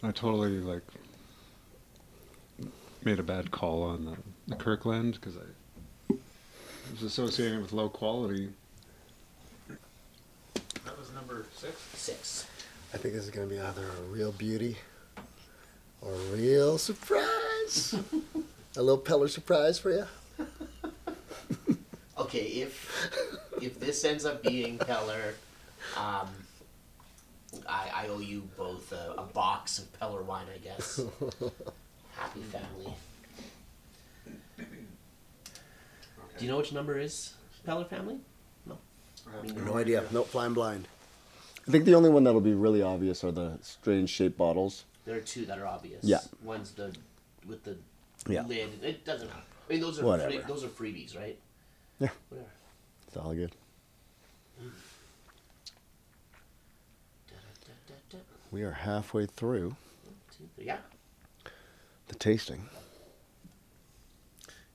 C: I totally like made a bad call on the, the Kirkland because I was associating it with low quality. That was number six.
B: Six.
D: I think this is going to be either a real beauty or a real surprise. a little Peller surprise for you.
B: Okay, if if this ends up being Peller, um, I, I owe you both a, a box of Peller wine, I guess. Happy family. Do you know which number is Peller family? No. I mean,
D: No idea. Nope, flying blind.
A: I think the only one that'll be really obvious are the strange shaped bottles.
B: There are two that are obvious.
A: Yeah.
B: One's the with the
A: Yeah.
B: lid. It doesn't. matter. I mean, those are free,
A: Whatever.
B: those are freebies, right?
A: Yeah,
B: Whatever.
A: it's all good.
B: Da, da, da, da, da.
A: We are halfway through
B: One, two, three. Yeah.
A: the tasting.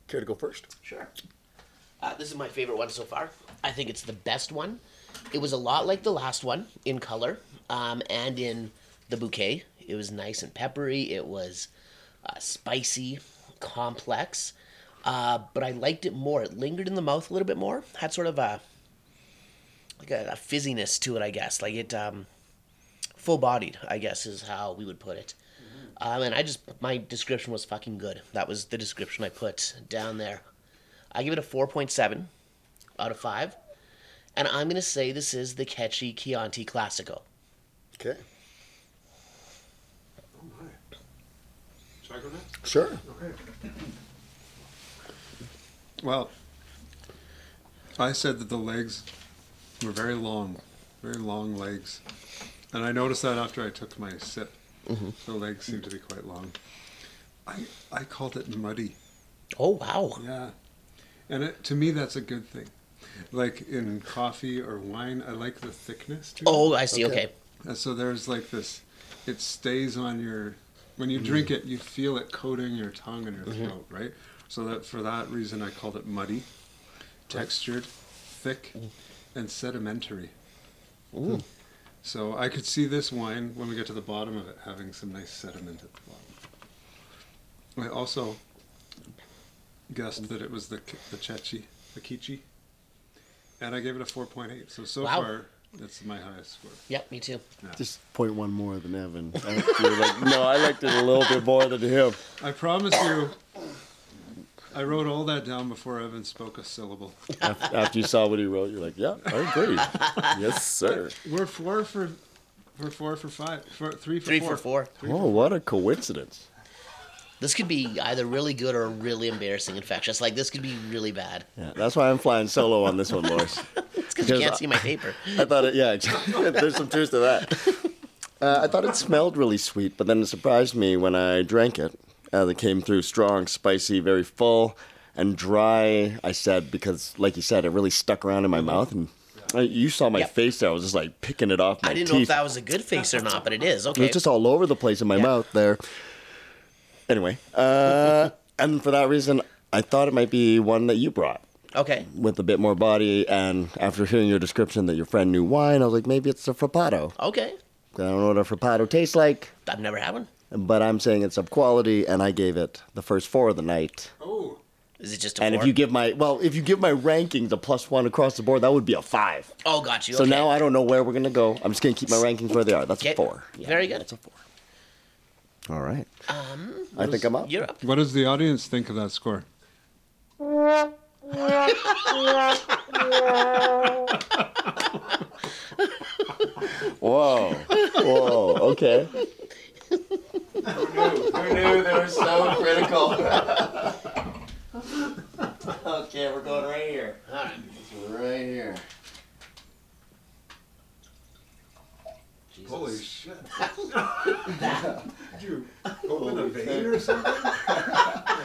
D: Care to go first?
B: Sure. Uh, this is my favorite one so far. I think it's the best one. It was a lot like the last one in color um, and in the bouquet. It was nice and peppery. It was uh, spicy, complex, uh, but I liked it more. It lingered in the mouth a little bit more. Had sort of a like a, a fizziness to it, I guess. Like it um, full-bodied, I guess, is how we would put it. Um, and I just my description was fucking good. That was the description I put down there. I give it a four point seven out of five, and I'm gonna say this is the catchy Chianti Classico.
D: Okay.
C: Oh, Should I go next?
D: Sure.
C: Okay. Well, I said that the legs were very long, very long legs. And I noticed that after I took my sip. The legs seemed to be quite long. I, I called it muddy.
B: Oh wow!
C: Yeah. And it, to me, that's a good thing. Like in coffee or wine, I like the thickness. To
B: Oh, I see. Okay.
D: Okay.
C: It. And so there's like this, it stays on your, when you drink it, you feel it coating your tongue and your throat, right? So that for that reason, I called it muddy, textured, thick, and sedimentary. So I could see this wine when we get to the bottom of it having some nice sediment at the bottom. I also guessed that it was the K- the Chechi, the Kichi, and I gave it a four point eight. So so
B: Wow.
C: far, that's my highest score.
B: Yep, me too.
A: Just point one more than Evan. I- you're like, no, I liked it a little bit more than him.
C: I promise you, I wrote all that down before I even spoke a syllable.
A: Af- After you saw what he wrote, you're like, yeah, I agree. yes, sir.
C: We're four for. We're four for five. For, three for
B: Three
C: four.
B: for four.
A: Oh, what a coincidence.
B: This could be either really good or really embarrassing infectious. Like this could be really bad.
A: Yeah, that's why I'm flying solo on this one, Loris.
B: It's because you
A: Because
B: can't
A: I-
B: see my paper.
A: I thought it, yeah, exactly. there's some truth to that. Uh, I thought it smelled really sweet, but then it surprised me when I drank it. Uh, it came through strong, spicy, very full, and dry. I said because, like you said, it really stuck around in my mouth, and I, you saw my
B: Mm-hmm. Yep.
A: face there. I was just like picking it off my
B: I didn't
A: teeth.
B: know if that was a good face or not, but it is.
A: It
B: Okay.
A: was just all over the place in my
B: Yeah.
A: mouth there. Anyway, uh, and for that reason, I thought it might be one that you brought
B: Okay.
A: with a bit more body. And after hearing your description that your friend knew wine, I was like, maybe it's a frappato.
B: Okay.
A: I don't know what a frappato tastes like,
B: I've never had one.
A: but I'm saying it's of quality, and I gave it the first four of the night.
C: Oh,
B: Is it just a
A: And
B: four?
A: if you give my well, if you give my ranking the plus one across the board, that would be a five.
B: oh, got you.
A: So
B: okay.
A: now I don't know where we're gonna go. I'm just gonna keep my rankings where they are. That's
B: Okay.
A: a four.
B: Very good. Um,
A: That's a four. All right. I think I'm up.
B: You're up.
C: what does the audience think of that score?
A: Whoa. Whoa. Okay.
D: Who knew they were so critical?
B: Okay, we're going right here. All right.
D: right here.
B: Jesus.
C: Holy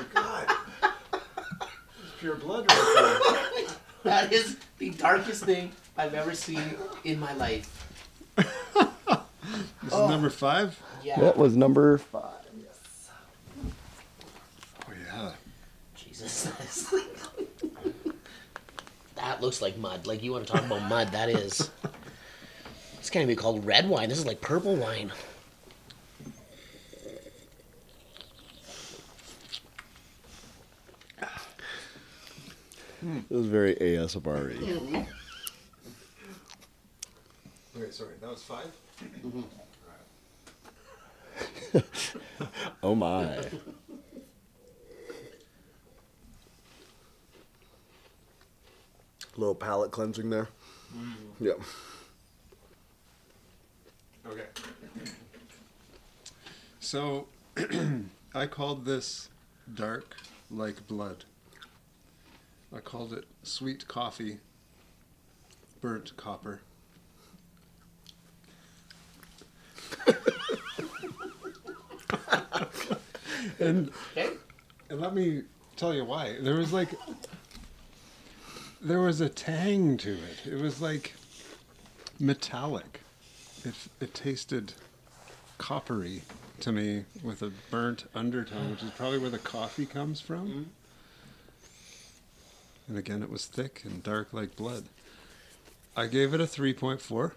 C: pure blood right there.
B: That is the darkest thing I've ever seen in my life.
C: This is number five.
B: Yeah.
A: That was number five.
C: Oh yeah.
B: Jesus. that looks like mud. Like you want to talk about mud? That is. This can't even be called red wine. This is like purple wine.
A: It was very ASMR.
C: Wait, sorry, that was five.
A: Oh my.
D: little palate cleansing there.
B: Mm.
D: Yep.
C: Okay. So, I called this dark like blood. I called it sweet coffee, burnt copper. and
B: Okay.
C: And let me tell you why. There was like there was a tang to it. It was like metallic. It it tasted coppery to me with a burnt undertone, which is probably where the coffee comes from. And again, it was thick and dark like blood. I gave it a 3.4.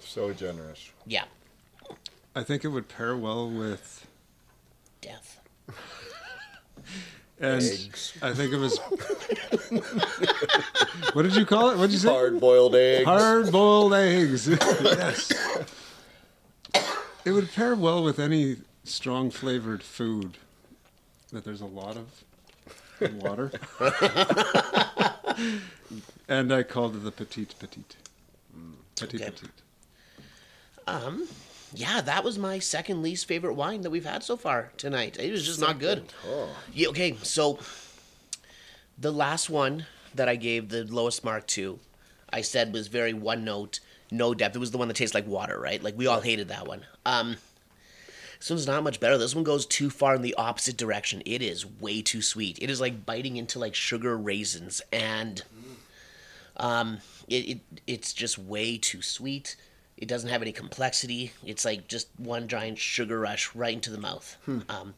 E: So generous.
B: Yeah.
C: I think it would pair well with
B: Death.
C: and I think it was What did you call it? What did you say?
A: Hard boiled eggs.
C: Hard boiled eggs. yes. It would pair well with any strong flavored food that there's a lot of and water. and I called it the petite petite. Mm. Petite
B: Okay.
C: petite.
B: Yeah, that was my second least favorite wine that we've had so far tonight. It was just not good.
A: Oh,
B: Yeah, okay, so the last one that I gave the lowest mark to, I said was very one note, no depth. It was the one that tastes like water, right? Like we all hated that one. Um this one's not much better. This one goes too far in the opposite direction. It is way too sweet. It is like biting into like sugar raisins and um, it, it it's just way too sweet. It doesn't have any complexity. It's like just one giant sugar rush right into the mouth. Um,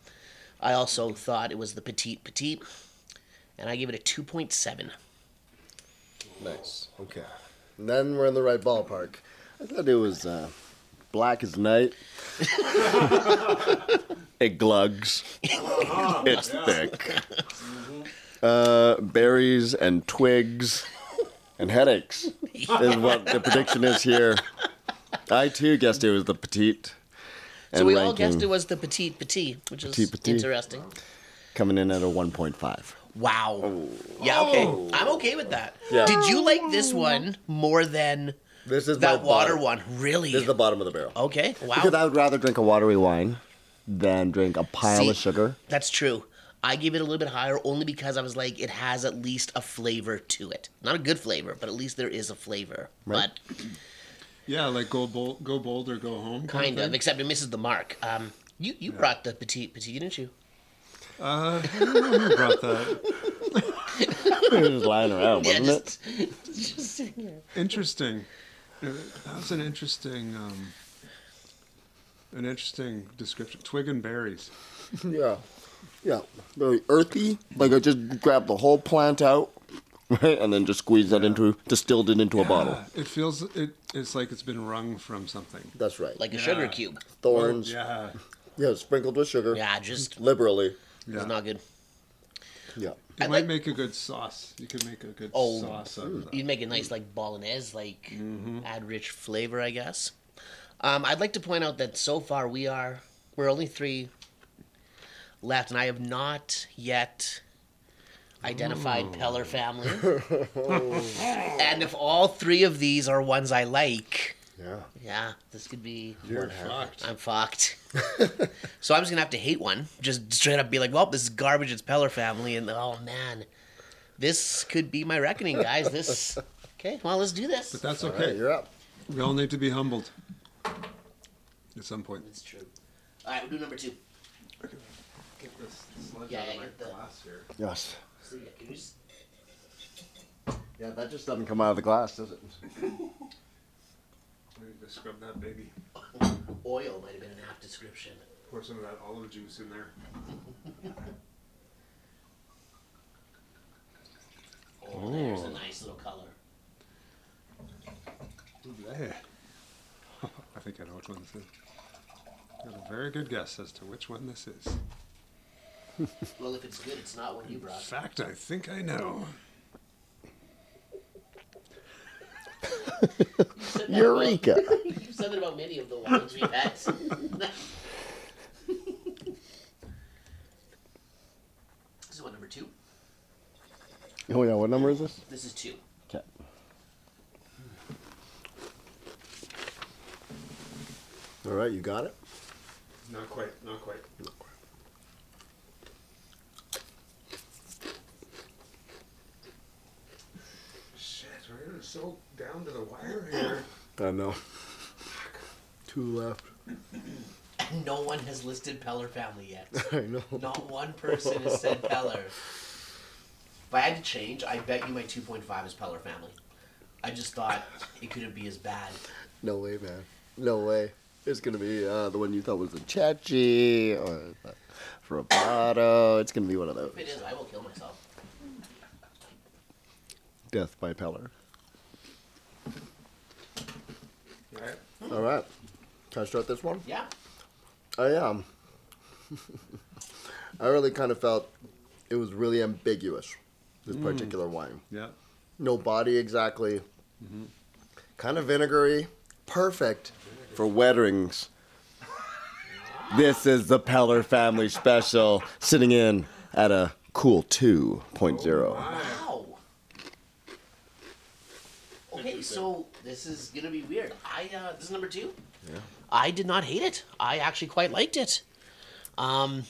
B: I also thought it was the petite petite, and I gave it a two point seven.
D: Nice. Okay. And then we're in the right ballpark.
A: I thought it was uh, black as night. it glugs. it's thick. Uh, berries and twigs and headaches is what the prediction is here. I too guessed it was the petite.
B: So we all guessed it was the petite petite, which is
A: Petite Petite.
B: interesting.
A: coming in at a 1.5.
B: Wow. Yeah. Okay. I'm okay with that.
A: Oh. Yeah.
B: Did you like this one more than
A: This is
B: that water one? Really?
A: This is the bottom of the barrel.
B: okay. Wow.
A: Because I would rather drink a watery wine than drink a pile of
B: See,
A: sugar.
B: That's true. I gave it a little bit higher only because I was like, it has at least a flavor to it. Not a good flavor, but at least there is a flavor. But
C: Yeah, like go bold, go bold or go home. kind
B: kind of,
C: thing.
B: except it misses the mark. Um, you you brought the petite petite, didn't you?
C: Uh, I don't know who brought that.
A: it was lying around, wasn't it?
B: just sitting here.
C: Interesting. Uh, That was an interesting, um, an interesting description. Twig and berries.
D: Yeah.
A: Yeah, very earthy. Like I just grabbed the whole plant out, right, and then just squeezed that into, distilled it into a bottle.
C: Yeah, It feels it. It's like it's been wrung from something.
D: That's right.
B: like a sugar cube.
D: thorns. yeah.
C: Yeah.
D: sprinkled with sugar.
B: Yeah, just
D: Liberally.
C: yeah.
B: it's not good.
D: Yeah.
C: You
B: I
C: might
B: like-
C: make a good sauce. You could make a good
B: Oh,
C: sauce out of that.
B: You'd make a nice like bolognese, like
A: Mm-hmm.
B: add rich flavor, I guess. Um, I'd like to point out that so far we are we're only three left, and I have not yet identified Peller family. and if all three of these are ones I like,
D: Yeah.
B: yeah, this could be
C: You're fucked.
B: I'm fucked. so I'm just gonna have to hate one. Just straight up be like, well, this is garbage. It's Peller family, and oh man, this could be my reckoning, guys. This. Okay, well, let's do this.
C: That's
D: All right,
C: okay.
D: you're up.
C: we all need to be humbled at some point.
B: That's true. All right, we'll do number two.
C: Get this sludge
B: Yeah, out of yeah, my get the-
C: glass here.
A: Yes. Yeah, that just doesn't come out of the glass, does it?
C: We need to scrub that baby.
B: Oil might have been an apt description.
C: Pour some of that olive juice in there.
B: Oh, there's a nice little color.
C: I think I know which one this is. Got a very good guess as to which one this is.
B: Well, if it's good, it's not what you
C: In
B: brought.
C: fact, I think I know.
A: Eureka!
B: you said that about many of the wines we had. this is what number two.
A: Oh yeah, what number is this?
B: This is two.
A: Okay.
D: All right, you got it.
C: Not quite, not quite. Shit, we're so down to the wire here.
D: I know. Two left.
B: No one has listed Peller family yet.
D: I know.
B: Not one person has said Peller. If I had to change, I bet you my 2.5 is Peller family. I just thought it couldn't be as bad.
D: No way, man. No way.
A: It's gonna be uh, the one you thought was the Chachi or the Roboto. It's gonna be one of those.
B: If it is, I will kill myself.
A: Death by Peller.
C: Alright.
D: All right. Can I start this one?
B: Yeah.
D: I am. I really kind of felt it was really ambiguous, this particular wine.
C: Yeah.
D: No body exactly. Mm-hmm. Kind of vinegary. Perfect.
A: For weddings. This is the Peller family special, sitting in at a cool oh. 2.0.
B: Wow. Okay, so this is gonna be weird. I uh, this is number two. Yeah. I did not hate it. I actually quite liked it. Um,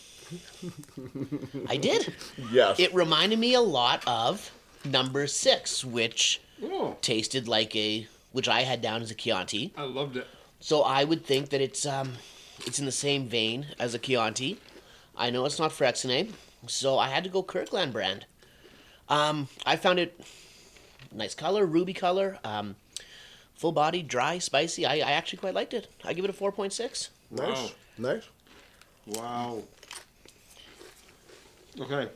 B: I did.
A: Yes.
B: It reminded me a lot of number six, which
C: Oh,
B: tasted like a which I had down as a Chianti.
C: I loved it.
B: So I would think that it's um, it's in the same vein as a Chianti. I know it's not Freixenet, so I had to go Kirkland brand. Um, I found it nice color, ruby color, um, full body, dry, spicy. I, I actually quite liked it. I give it a four point six.
D: Nice.
C: Wow.
D: Oh. Nice.
C: Wow. Okay.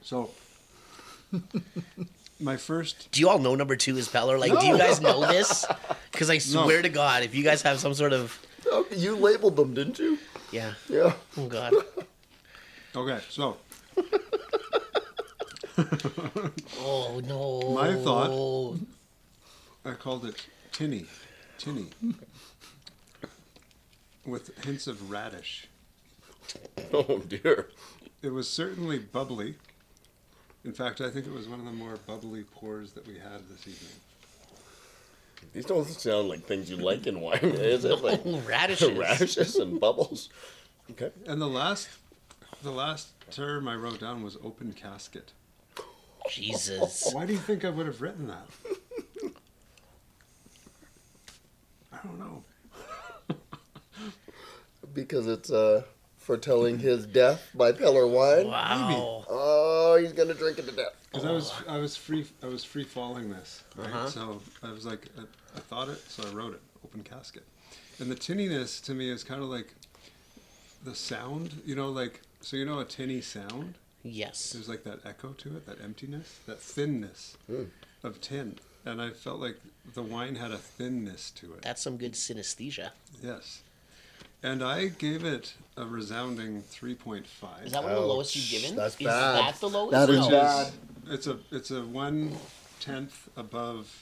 C: so, my first.
B: Do you all know number two is Peller? Like, do you guys know this? Because I swear to God, if you guys have some sort of
D: Oh, you labeled them, didn't you?
B: yeah,
D: Yeah.
B: oh God,
C: Okay, so
B: oh no,
C: My thought- I called it tinny, tinny, with hints of radish.
A: Oh dear.
C: It was certainly bubbly. In fact, I think it was one of the more bubbly pours that we had this evening.
A: These don't sound like things you like in wine, is it? Like
B: radishes.
A: radishes and bubbles. Okay.
C: And the last, the last term I wrote down was open casket.
B: Jesus,
C: Why do you think I would have written that? I don't know.
D: Because it's uh, foretelling his death by Peller wine.
B: wow,
D: Oh, he's going to drink it to death.
C: Because I was I was free I was free falling this, right? So I was like I, I thought it, so I wrote it. Open casket, and the tinniness to me is kind of like the sound, you know, like so you know a tinny sound.
B: yes.
C: There's like that echo to it, that emptiness, that thinness of tin, and I felt like the wine had a thinness to it.
B: That's some good synesthesia.
C: Yes, and I gave it a resounding three point five.
B: Is that one of the lowest you've given?
D: that's
B: is
D: bad.
B: that the lowest?
D: That is
B: No.
D: bad.
C: It's a it's a one tenth above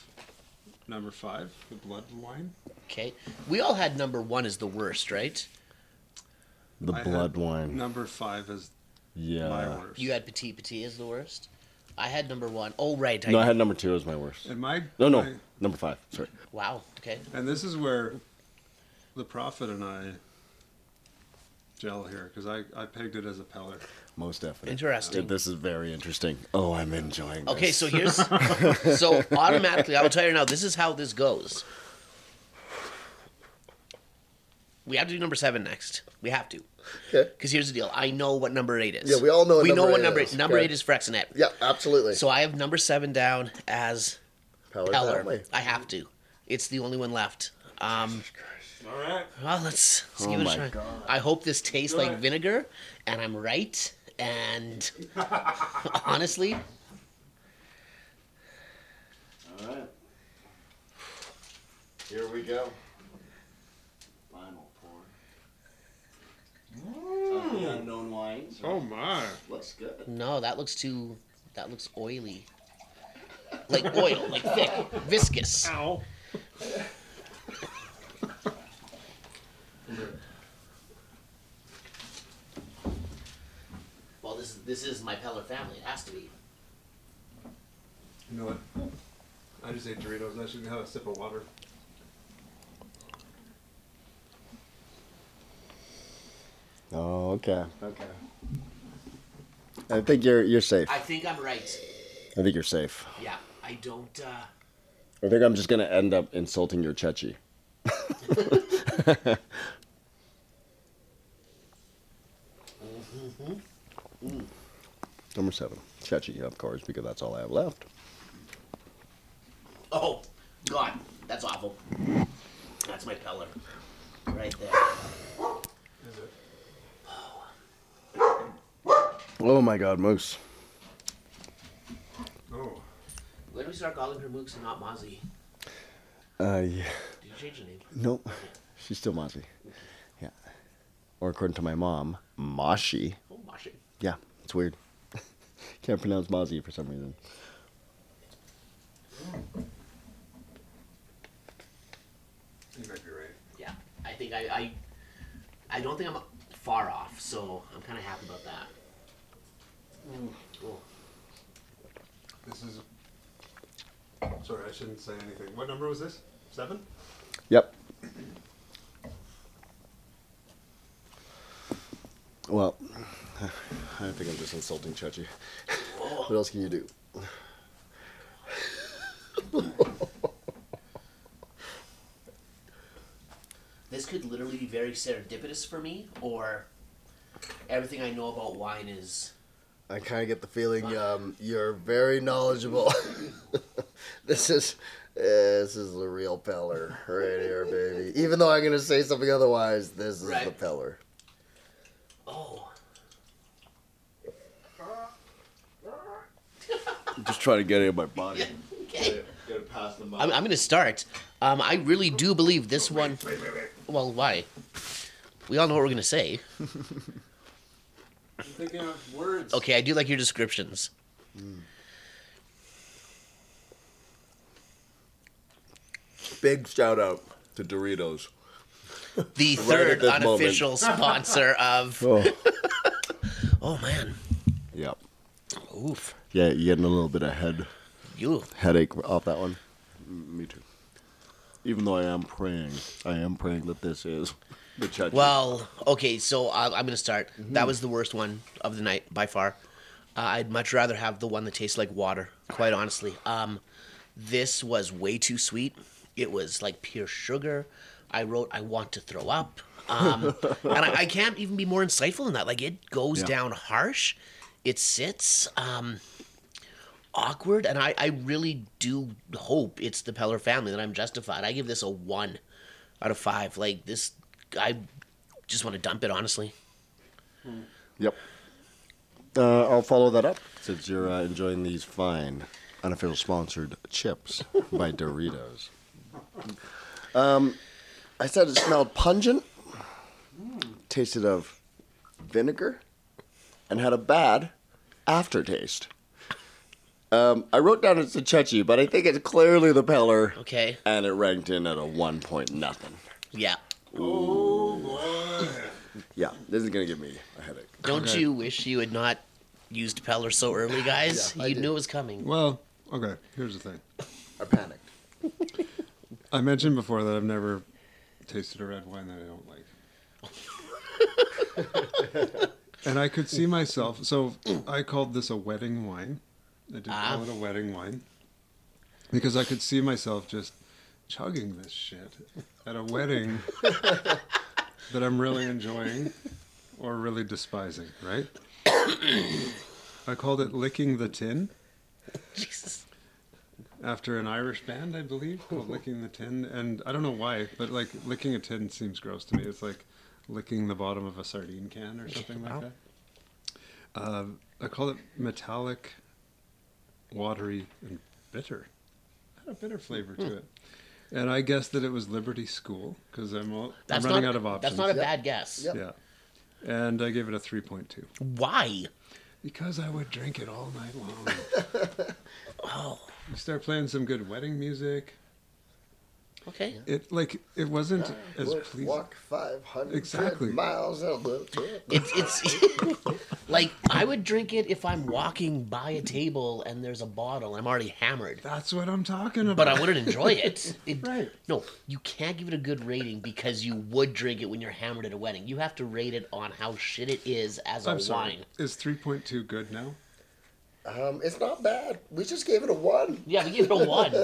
C: number five, the blood wine.
B: Okay. We all had number one as the worst, right?
A: The
C: I had
A: blood wine.
C: Number five is
A: yeah.
C: my worst.
B: You had Petit Petit as the worst. I had number one. Oh, right.
A: No, I had number two as my worst.
C: and my
A: No, no,
C: my-
A: number five. Sorry.
B: Wow. Okay.
C: and this is where the prophet and I gel here because I I pegged it as a peller.
A: Most definitely.
B: Interesting.
A: This is very interesting. Oh, I'm enjoying this.
B: Okay, so here's. so automatically, I will tell you now, this is how this goes. We have to do number seven next. We have to.
D: Okay.
B: Because here's the deal. I know what number eight is.
D: Yeah, we all know what
B: we
D: number
B: know what
D: eight
B: number
D: is,
B: number
D: okay.
B: eight is Frexnet.
D: Yeah, absolutely.
B: So I have number seven down as
D: Power
B: Peller.
D: Family.
B: I have to. It's the only one left. Um, All right. Well, let's, let's give it a
A: my
B: try. I hope this tastes like vinegar, and I'm right. And honestly,
A: All right. Here we go. Final pour. Of the unknown wines.
C: Oh my!
A: Looks good.
B: no, that looks too. That looks oily. Like oil, like thick, viscous.
C: Ow!
B: Well, this is this is my Peller family. It has to be.
C: You know what? I just ate Doritos. I should have a sip of water.
A: Oh, okay. Okay. I think you're you're safe.
B: I think I'm right.
A: I think you're safe.
B: Yeah, I don't. Uh,
A: I think I'm just gonna end up insulting your Chechi. Number seven, Chechi, of course, because that's all I have left.
B: oh, God, that's awful. That's my Peller, right there.
A: Oh my God, Moose.
C: Oh,
B: When do we start calling her Mooks and not Mozzie?
A: Uh, yeah.
B: Did you change the name?
A: Nope. She's still Mossy. Yeah. Or according to my mom, Moshi.
B: Oh, Moshi.
A: Yeah, it's weird. Can't pronounce Mozzie for some reason.
C: you might be right.
B: Yeah, I think I, I, I don't think I'm far off, so I'm kind of happy about that. Cool.
C: This is. Sorry, I shouldn't say anything. What number was this? Seven.
A: Yep. Well, I think I'm just insulting Chechi.
B: Oh,
A: What else can you do?
B: This could literally be very serendipitous for me, or everything I know about wine is.
D: I kind of get the feeling um, you're very knowledgeable. this is this is the real Peller right here, baby. Even though I'm gonna say something otherwise, this is the
B: Right.
D: Peller.
B: Oh,
A: Just trying to get it in my body.
B: okay.
E: Gotta pass the mic.
B: I'm, I'm gonna start. Um, I really do believe this one. Well, why? We all know what we're gonna say.
C: I'm thinking of words.
B: Okay, I do like your descriptions.
D: Big shout out.
E: To Doritos.
B: The third
E: this moment.
B: unofficial sponsor of.
A: Oh,
B: Oh man,
A: yep.
B: oof,
A: Yeah, you're getting a little bit of head
B: you.
A: headache off that one. Mm, Me too. Even though I am praying, I am praying that this is the Chechi.
B: Well, okay, so I, I'm going to start. That was the worst one of the night by far. Uh, I'd much rather have the one that tastes like water, quite honestly. Um, this was way too sweet. It was like pure sugar. I wrote, I want to throw up. Um, and I, I can't even be more insightful than that. Like, it goes
A: Yeah.
B: down harsh, it sits. Um, awkward and I, I really do hope it's the Peller family that I'm justified. I give this a one out of five. Like this I just want to dump it honestly.
A: Yep. Uh, I'll follow that up since you're uh, enjoying these fine, unofficial sponsored chips by Doritos. Um, I said it smelled pungent, tasted of vinegar, and had a bad aftertaste. Um, I wrote down it's the Chechi, but I think it's clearly the Peller,
B: Okay.
A: and it ranked in at a one point nothing.
B: Yeah.
A: Yeah, this is gonna give me a headache.
B: Don't you wish you had not used Peller so early, guys?
D: Yeah, I
B: you
D: did.
B: knew it was coming.
C: Well, okay. Here's the thing.
D: I panicked.
C: I mentioned before that I've never tasted a red wine that I don't like. and I could see myself. So I called this a wedding wine. I did call
B: Ah.
C: it a wedding wine because I could see myself just chugging this shit at a wedding that I'm really enjoying or really despising, right? I called it Licking the Tin
B: Jesus.
C: after an Irish band, I believe, called
B: Mm-hmm.
C: Licking the Tin. And I don't know why, but like licking a tin seems gross to me. It's like licking the bottom of a sardine can or something like that. Uh, I call it metallic, watery, and bitter. It had a bitter flavor
B: Hmm.
C: to it. And I guessed that it was Liberty School because I'm, all, I'm
B: That's
C: running
B: not,
C: out of
B: That's
C: options.
B: not a bad guess.
D: Yep.
C: Yeah. And I gave it a 3.2
B: Why?
C: because I would drink it all night long. oh.
B: Oh,
C: You start playing some good wedding music.
B: Okay.
C: It like it wasn't as
D: Would
C: pleasing.
D: Walk 500
C: Exactly.
D: miles out of the
B: It's it's like I would drink it if I'm walking by a table and there's a bottle. I'm already hammered,
C: That's what I'm talking about.
B: but I wouldn't enjoy it. It-
C: Right.
B: No, you can't give it a good rating because you would drink it when you're hammered at a wedding. You have to rate it on how shit it is as a
C: I'm sorry.
B: wine.
C: Is 3.2 good now?
D: Um, it's not bad. We just gave it a one.
B: Yeah, we give it a one.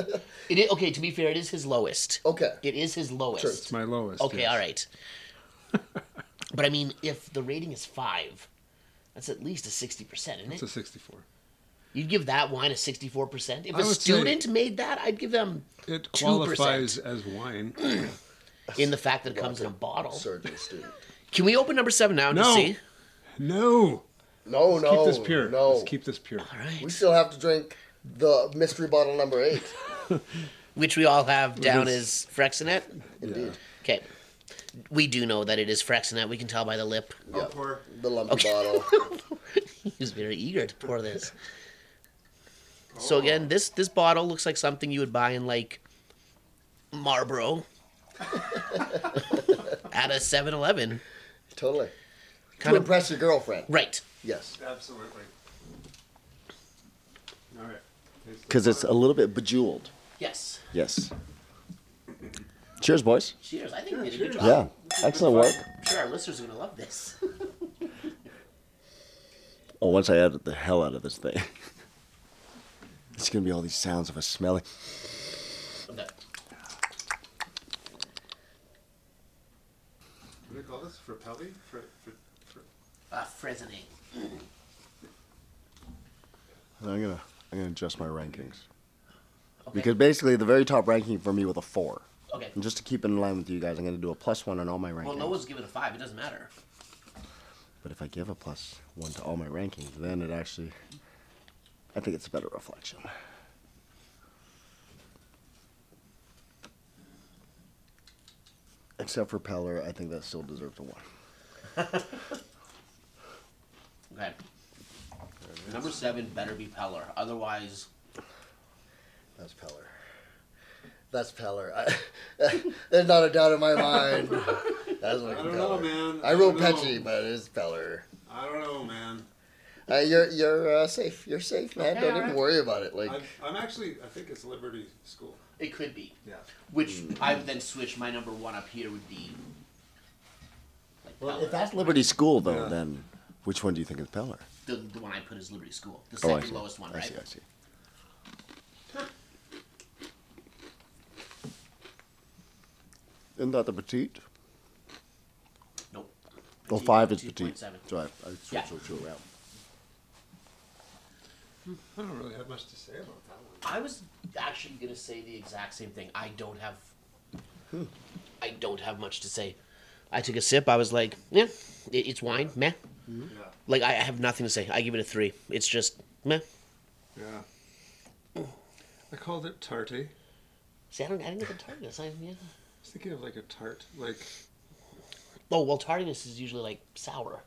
B: It is, okay. To be fair, it is his lowest.
D: Okay.
B: It is his lowest.
C: It's my lowest.
B: Okay,
C: yes.
B: all right. but I mean, if the rating is five, that's at least a sixty percent, isn't it?
C: It's a 64.
B: You'd give that wine a sixty-four percent. If
C: I
B: a
C: would say-
B: student made that, I'd give them
C: It
B: 2%.
C: qualifies as wine.
B: in the fact that it comes in a bottle.
D: Surgeon student.
B: Can we open number seven now and
C: No.
B: just see?
C: no.
D: No, no.
C: Keep this pure.
D: No.
C: Let's keep this pure.
B: All right.
D: We still have to drink the mystery bottle number eight.
B: Which we all have down as
C: is-
B: Frexinet.
D: Indeed.
B: Okay. We do know that it is Frexinet. We can tell by the lip.
D: Yeah. The lumpy bottle.
B: He's very eager to pour this. So again, this this bottle looks like something you would buy in like Marlboro at a 7-Eleven.
D: Totally.
B: Kind
D: to
B: of
D: impress your girlfriend.
B: right.
D: Yes.
C: Absolutely. All right.
A: because it's a little bit bejeweled.
B: Yes.
A: Yes. Cheers, boys.
B: Cheers. I think we did a good job.
A: Yeah, excellent work.
B: I'm sure our listeners are gonna love this.
A: Oh, once I edit the hell out of this thing, it's gonna be all these sounds of us smelling.
B: Okay.
C: What do they call this? Fratelli? Fr- fr- fr-
B: Uh, Fresnay.
A: I'm gonna I'm gonna adjust my rankings because basically the very top ranking for me was a four.
B: Okay.
A: And just to keep in line with you guys, I'm gonna do a plus one on all my rankings.
B: Well, no one's giving a five. It doesn't matter.
A: But if I give a plus one to all my rankings, then it actually, I think it's a better reflection. Except for Peller, I think that still deserves a one.
B: Okay. Number seven better be Peller. Otherwise,
D: That's Peller. That's Peller. I, there's not a doubt in my mind. That's what
C: I don't know, man.
D: I wrote
C: don't know.
D: Petchy, but it's Peller.
C: I don't know, man.
D: Uh, you're you're uh, safe. You're safe, man.
B: Okay,
D: Don't even
B: alright.
D: worry about it. Like,
C: i I'm actually, I think it's Liberty School.
B: it could be.
C: Yeah.
B: Which
A: Hmm.
B: I would then switch. My number one up here would be. Like
A: Well,
B: Peller.
A: if that's Liberty School, though,
C: Yeah.
A: then which one do you think is Peller?
B: the, the one I put is Liberty School, the
A: Oh, I
B: second
A: see.
B: lowest one,
A: I
B: right?
A: see, I see. Isn't that the petite?
B: Nope.
A: Well, Oh, five is petite.
B: 2.7.
A: So I, I switched
B: Yeah.
A: those two around.
C: I don't really have much to say about that one.
B: I was actually gonna say the exact same thing. I don't have.
A: Hmm.
B: I don't have much to say. I took a sip. I was like, yeah, it, it's wine, meh.
A: Hmm.
C: Yeah.
B: Like I I have nothing to say. I give it a three. It's just meh.
C: Yeah. I called it tarty.
B: See, I don't. I didn't get the tartness. I, yeah.
C: I was thinking of like a tart, like
B: Oh well, tartiness is usually like sour.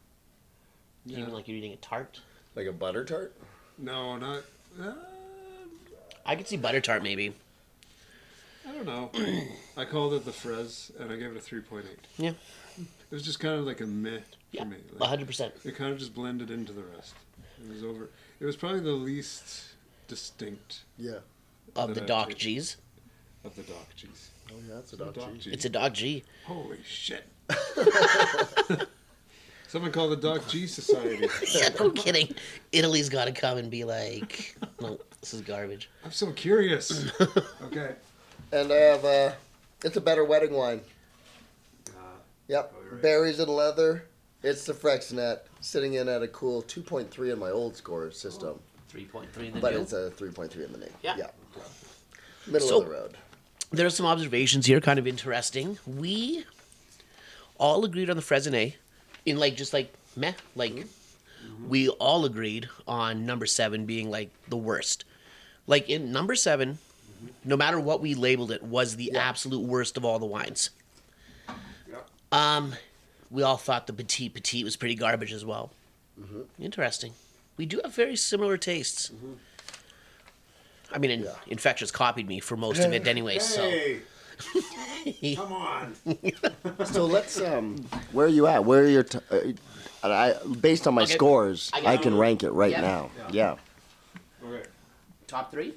C: yeah.
B: Even like you're eating a tart.
D: like a butter tart.
C: no, not. Uh,
B: I could see butter tart maybe.
C: I don't know. I called it the Frez, and I gave it a three point eight.
B: Yeah.
C: It was just kind of like a meh
B: Yeah.
C: for me.
B: A
C: Like,
B: hundred percent.
C: it kind of just blended into the rest. It was over. It was probably the least distinct
D: Yeah.
B: Of
C: That
B: the
C: I've
B: doc
C: tasted.
B: G's.
C: of the doc cheese.
D: Oh yeah, that's a
C: The
D: dog
C: doc
D: cheese.
C: cheese.
B: It's a doc G.
C: Holy shit. Someone called the Doc G Society.
B: yeah, no kidding. Italy's got to come and be like, no, this is garbage.
C: I'm so curious. Okay.
D: And I have uh, it's a better wedding wine.
C: Uh,
D: Yep.
B: oh,
D: Berries and leather. It's the Frexnet sitting in at a cool 2.3 in my old score system,
B: 3.3 in the
D: but
B: new.
D: it's a 3.3 in the new.
B: Oh. Yeah.
D: Middle
B: So-
D: of the road.
B: there are some observations here, kind of interesting. We all agreed on the Fresnay, in like just like meh, like we all agreed on number seven being like the worst. Like in number 7 no matter what we labeled it, was the absolute worst of all the wines. Um, we all thought the Petit Petit was pretty garbage as well. Interesting. We do have very similar tastes. I mean, in, Infectious copied me for most of it anyway, so.
E: come on.
A: So let's. Um, where are you at? Where are your? T- uh, and I based on my
B: Okay.
A: scores,
B: I
A: I,
B: got
A: can
B: it.
A: rank it right
B: Yeah.
A: now. Yeah.
E: Okay.
B: Top three?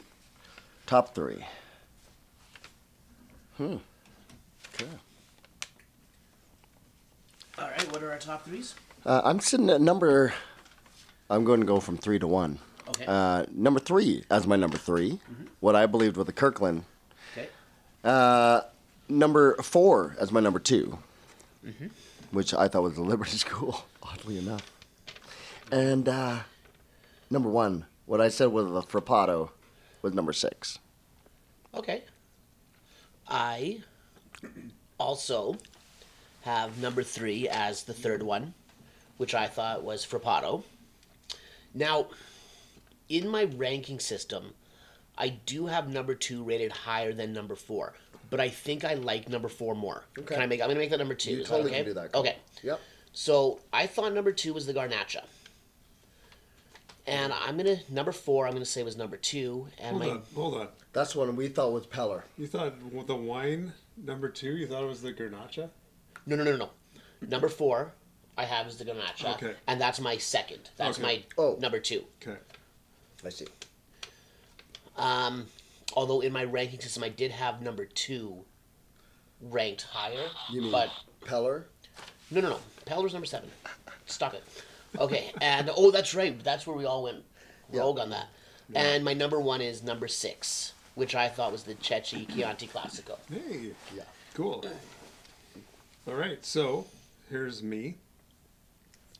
A: top three.
B: All right, what are our top threes?
A: Uh, I'm sitting at number. I'm going to go from three to one.
B: Okay.
A: Uh, number three as my number 3
B: Mm-hmm.
A: What I believed with the Kirkland.
B: okay.
A: Number four as my number 2 which I thought was the Liberty School, oddly enough. And uh, number one, what I said was the Frappato, was number six.
B: Okay. I also have number three as the third one, which I thought was Frappato. Now, in my ranking system, I do have number two rated higher than number four, but I think I like number four more.
D: Okay.
B: Can I make? I'm gonna make that number two.
D: You
B: Is
D: totally
B: that okay?
D: can do that. Cole.
B: Okay.
D: Yep.
B: So I thought number two was the Garnacha. And I'm gonna number four. I'm gonna say was number two, and
C: Hold
B: my
C: on, hold on.
D: That's one we thought was Peller.
C: You thought w- the wine number two? You thought it was the Garnacha?
B: No, no, no, no, no. Number four, I have is the Ganacha.
C: Okay.
B: And that's my second. That's
C: Okay.
B: my
D: Oh.
B: number two.
C: Okay.
D: I see.
B: Um, although in my ranking system, I did have number two ranked higher.
D: You mean
B: But
D: Peller?
B: no, no, no. Peller's number seven. Stop it. Okay. and oh, that's right. That's where we all went rogue on that. And my number one is number six, which I thought was the Chechi Chianti Classico.
C: Hey.
D: Yeah.
C: Cool. All right. So here's me.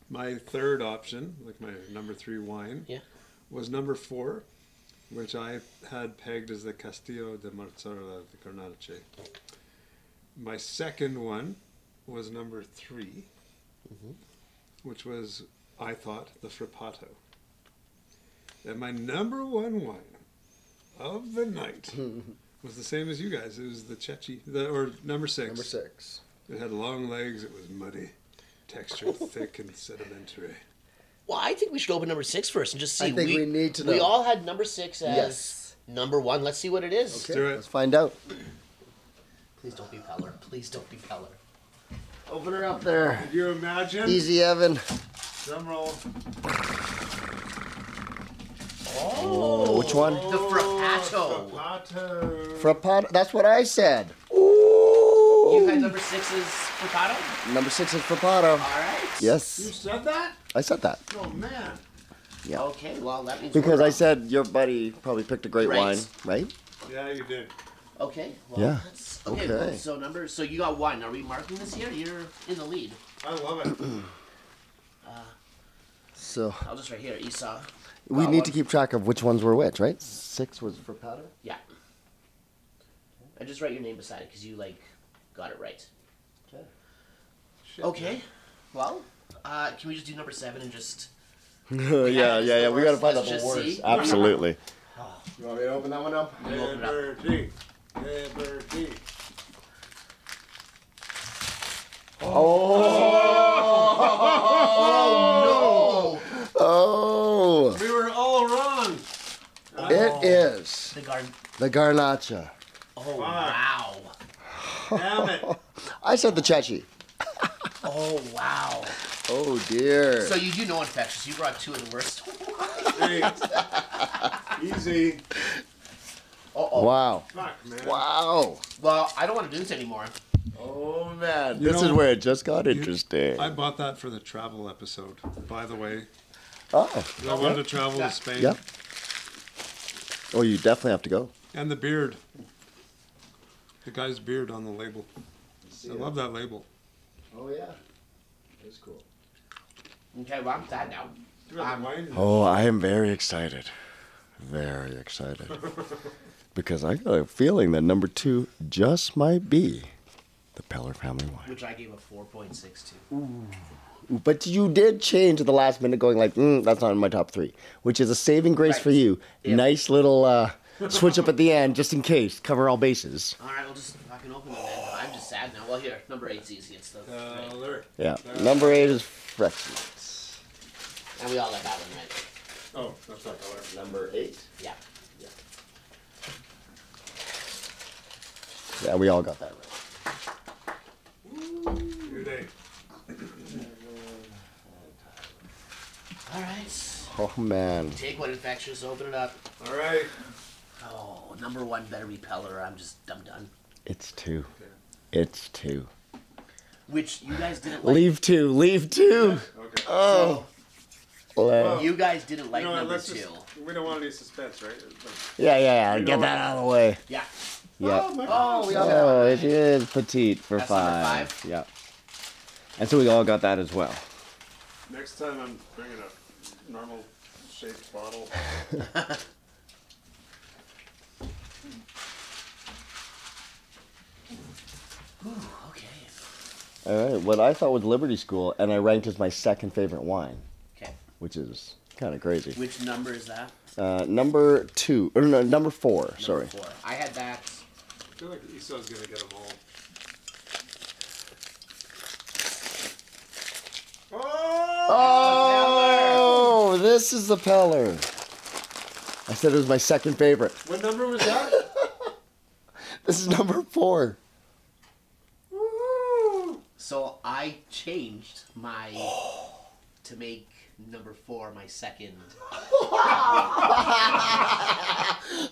C: My third option, like my number three wine,
B: Yeah.
C: was number four, which I had pegged as the Castillo de Marzarla de Carnace. My second one was number 3
D: Mm-hmm.
C: which was, I thought, the Frappato. And my number one wine of the night was the same as you guys. It was the Chechi, the, or number six.
D: Number six.
C: It had long legs, it was muddy, texture thick and sedimentary.
B: Well, I think we should open number six first and just see.
D: I think we need to
B: We
D: know.
B: all had number six as
D: Yes.
B: number one. Let's see what it is.
C: Do it.
A: Let's find out.
B: Please don't be Peller. Please don't be Peller.
A: Open her up there.
C: Could you imagine?
A: Easy, Evan.
C: Drum roll.
A: Which one?
B: The
C: Oh,
B: Frappato.
C: Frappato.
A: Frappato. That's what I said.
B: You had number six as Frappato?
A: Number six is Frappato.
B: All right.
C: You
A: Yes,
C: said that?
A: I said that
C: Oh man.
B: Okay, well, that means.
A: because
B: we're
A: I
B: up.
A: said your buddy probably picked a great
B: Right.
A: wine, right?
C: Yeah, you did.
B: Okay, well,
A: Yeah.
B: that's. Okay, well,
A: Okay.
B: so number. So you got one. Are we marking this here? You're in the lead.
C: I love it.
A: So
B: I'll just right here, Esau.
A: we
B: Got
A: need
B: one.
A: to keep track of which ones were which, right? Six was Frappato.
B: Yeah. I just write your name beside it because you, like, got it right.
A: Okay.
B: Okay, well, uh, can we just do number seven and just.
A: yeah, yeah,
B: it's
A: yeah.
B: the
A: We gotta
B: worst.
A: find out
B: Let's
A: the
B: just
A: worst.
B: see.
A: Absolutely.
D: You want me to open that one up?
B: We'll open it up.
C: Liberty. Liberty.
A: Oh,
C: We were all wrong.
D: Oh.
A: it is
B: The garden.
A: the Garnacha.
B: Oh, wow.
C: Damn it.
A: I said the Chechi.
B: Oh, wow.
A: Oh dear.
B: So you do know infectious. You brought two of the worst.
C: Hey. Easy.
B: Uh-oh.
A: Wow.
C: Fuck, man.
A: Wow.
B: Well, I don't want to do this anymore.
A: Oh man,
C: You
A: this is
C: know-
A: where it just got interesting.
C: I bought that for the travel episode, by the way.
A: Oh,
C: I wanted to travel to Spain.
A: yep. Oh, you definitely have to go.
C: And the beard. The guy's beard on the label. I love that label.
D: Oh yeah, that's cool.
B: Okay, well, I'm sad now.
C: Uh,
A: Oh, I am very excited. Very excited. because I got a feeling that number two just might be the Peller family wine.
B: Which I gave a 4.62.
A: But you did change at the last minute, going like, mm, that's not in my top three, which is a saving grace for
B: Right.
A: you.
B: Yeah.
A: Nice little uh, switch up at the end, just in case, cover all bases.
B: All right, we'll just fucking open them. Then. I'm just sad now. Well, here, number eight's easy. It's the
C: Alert.
A: Yeah. Number eight is Frexies.
B: and we all like that one, right?
C: Oh, that's not alert.
A: Number eight?
B: Yeah.
A: Yeah, we all got that right.
C: Your day.
B: All right,
A: Oh, man.
B: take one infectious. Open it up.
C: All right.
B: Oh, number one better be Peller. I'm just I'm done.
A: It's two. It's two.
B: Which you guys didn't like.
A: Leave two. Leave two.
C: Okay.
A: Oh. Le-
B: You guys didn't like
C: you know what?
B: number
C: Let's
B: two.
C: just. We don't want any suspense, right? Let's-
A: Yeah, yeah, yeah. Get that out of the way.
B: Yeah.
A: Yeah.
B: Oh, we all got
A: Oh, it is petite for
B: That's number
A: five.
B: five.
A: Yeah. And so we all got that as well.
C: Next time I'm bringing a normal shaped bottle.
B: Ooh, okay.
A: All right. What I thought was Liberty School, and I ranked as my second favorite wine,
B: Okay.
A: which is kind of crazy.
B: Which number is that?
A: Uh, number two, or no, number four. sorry.
B: Number four. I had that.
C: I feel like Esau's gonna get them all. Oh!
A: Oh, this is the Peller. I said it was my second favorite.
C: What number was that?
A: This is number four.
C: Woo!
B: So I changed my to make number four my second.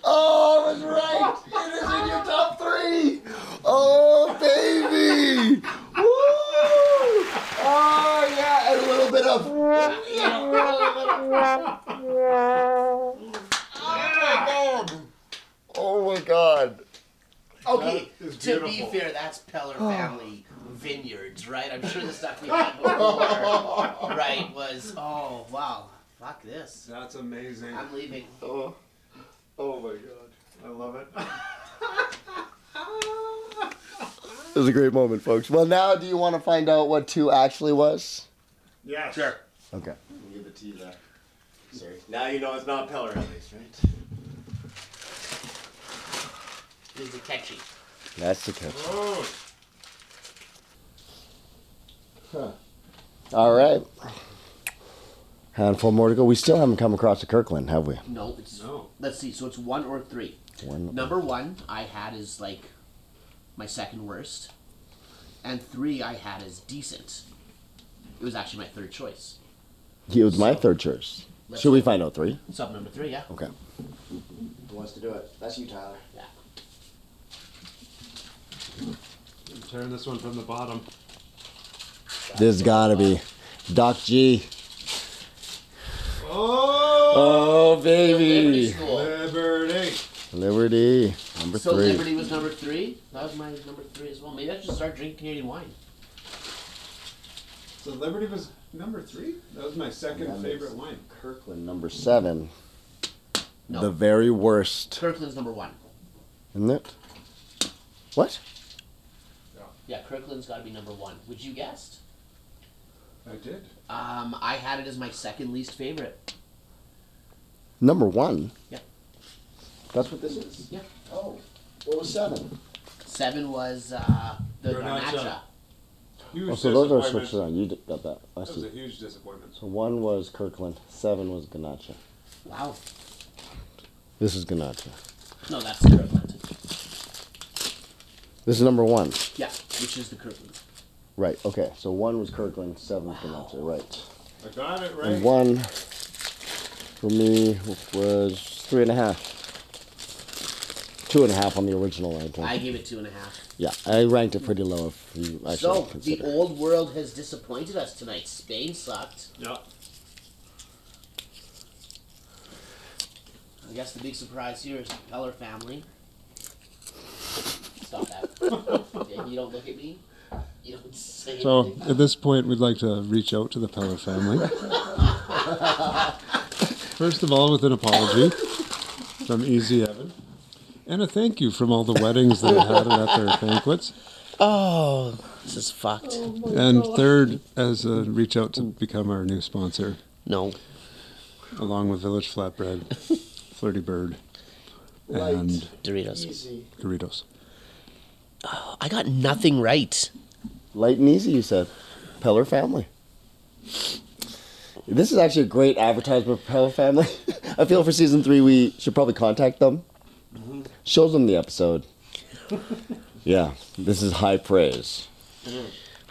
A: Oh, I was right. It is in your top three. Oh, baby. Woo. Oh, yeah. And a little bit of. Oh, my God. Oh, my God.
B: Okay,
C: That is
B: to be
C: beautiful.
B: fair, that's Peller
A: Oh.
B: family vineyards, right? I'm sure the stuff we had before, right, was oh wow, fuck this.
C: That's amazing.
B: I'm leaving.
C: Oh, oh my god. I love it.
A: It was a great moment, folks. Well, now do you want to find out what two actually was?
C: Yeah.
B: Sure.
A: Okay.
D: Give it to you there. Sorry. Now you know it's not Peller at least, right?
B: This is catchy.
A: That's the catch.
C: Oh,
A: All right. Handful more to go. We still haven't come across to Kirkland, have we?
B: No, it's
C: No.
B: Let's see. So it's one or three.
A: One-
B: Number one I had is like my second worst, and three I had is decent. It was actually my third choice.
A: It was my third choice.
B: Let's
A: Should we
B: go.
A: find out three?
B: Sub number three, yeah.
A: Okay.
D: Who wants to do it? That's you, Tyler.
B: Yeah.
C: I'm tearing this one from the bottom.
A: This has gotta be Doc G.
C: Oh!
A: Oh
B: Liberty
A: baby,
B: School.
C: Liberty.
A: Liberty number
B: So
A: three.
B: Liberty was number three. That was my number three as well. Maybe I should start drinking Canadian wine.
C: So Liberty was number three? That was my second
A: Yeah,
C: favorite
A: that's-
C: wine.
A: Kirkland number seven.
B: No.
A: The very worst,
B: Kirkland's number one.
A: isn't it? What?
B: Yeah, Kirkland's got to be number one. Would you guessed?
C: I did.
B: Um, I had it as my second least favorite.
A: Number one.
B: Yeah.
A: That's what this is.
B: Yeah.
A: Oh, what was seven?
B: Seven was uh, the
C: Garnacha.
B: Garnacha.
C: Huge
A: Oh, so those are
C: disappointment.
A: switched on. You did- got that. I
C: That was a
A: see.
C: huge disappointment.
A: So one was Kirkland. Seven was Ganacha.
B: Wow.
A: This is Ganacha.
B: No, that's the Kirkland.
A: This is number one.
B: Yeah, which is the Kirkland.
A: Right. Okay. So one was Kirkland. Seven was Ganacha. Right.
C: I got it right.
A: And one for me was three and a half. Two and a half on the original line.
B: I gave it two and a half.
A: yeah, I ranked it pretty low if you actually
B: so
A: consider.
B: the old world has disappointed us tonight. Spain sucked.
C: Yeah.
B: I guess the big surprise here is the Peller family. Stop that. yeah, you don't look at me.
F: You don't say
C: So at this point, we'd like to reach out to the Peller family. First of all, with an apology from Easy Evan, and a thank you from all the weddings that have had it at their banquets.
B: Oh, this is fucked.
C: And third, as a reach out to become our new sponsor,
B: No.
C: along with Village Flatbread, Flirty Bird,
F: Light.
C: and
B: Doritos.
F: easy.
C: Doritos.
B: I got nothing right.
A: Light and easy, you said. Peller family. This is actually a great advertisement for Peller family. I feel for season three, we should probably contact them. Show them the episode. yeah, this is high praise.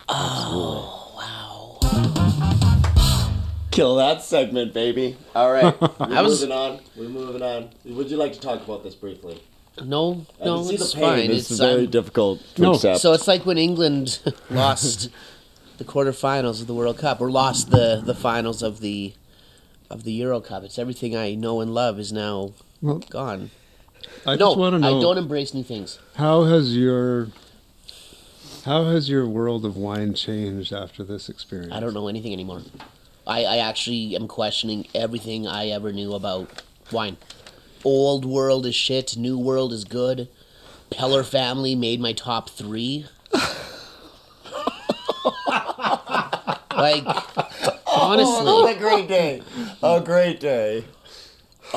B: Wow.
A: Kill that segment, baby. All right, we're
B: I was-
A: moving on. We're moving on. Would you like to talk about this briefly?
B: No,
A: I
B: no,
A: can see
B: it's
A: the pain.
B: fine.
A: This
B: It's
A: is very
B: um,
A: difficult to
C: No.
A: accept.
B: so it's like when England lost the quarterfinals of the World Cup or lost the the finals of the of the Euro Cup. It's everything I know and love is now
C: Well,
B: gone.
C: I
B: no,
C: just want to know.
B: I don't embrace new things.
C: How has your how has your world of wine changed after this experience?
B: I don't know anything anymore. I, I actually am questioning everything I ever knew about wine. Old world is shit, new world is good. Peller family made my top three. like, honestly,
A: a great day. A great day.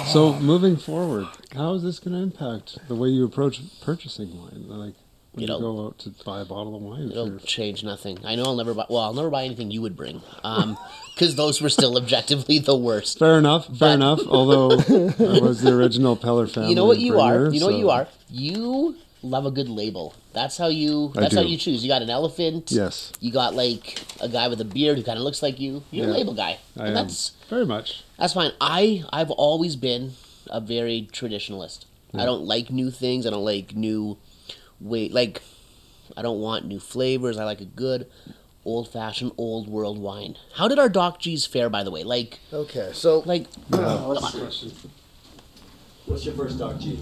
C: So moving forward, how is this going to impact the way you approach purchasing wine? Like when you
B: It'll-
C: go out to buy a bottle of wine, for
B: it'll
C: your
B: change nothing. I know I'll never buy, well, I'll never buy anything you would bring. Um, because those were still objectively the worst.
C: fair enough, fair enough. Although I was the original Peller family.
B: You know what you are.
C: bringer,
B: You know what
C: so-
B: you are. You love a good label. That's how you.
C: I
B: That's how
C: do.
B: you choose. You got an elephant.
C: Yes,
B: You got like a guy with a beard who kind of looks like you. You're a
C: Yeah.
B: label guy.
C: I
B: and
C: am
B: that's
C: very much.
B: that's fine. I I've always been a very traditionalist. I don't like new things. I don't like new way like I don't want new flavors. I like a good old fashioned old world wine. How did our Doc G's fare by the way? Like
D: Okay, so
B: like
A: What's your first dog G?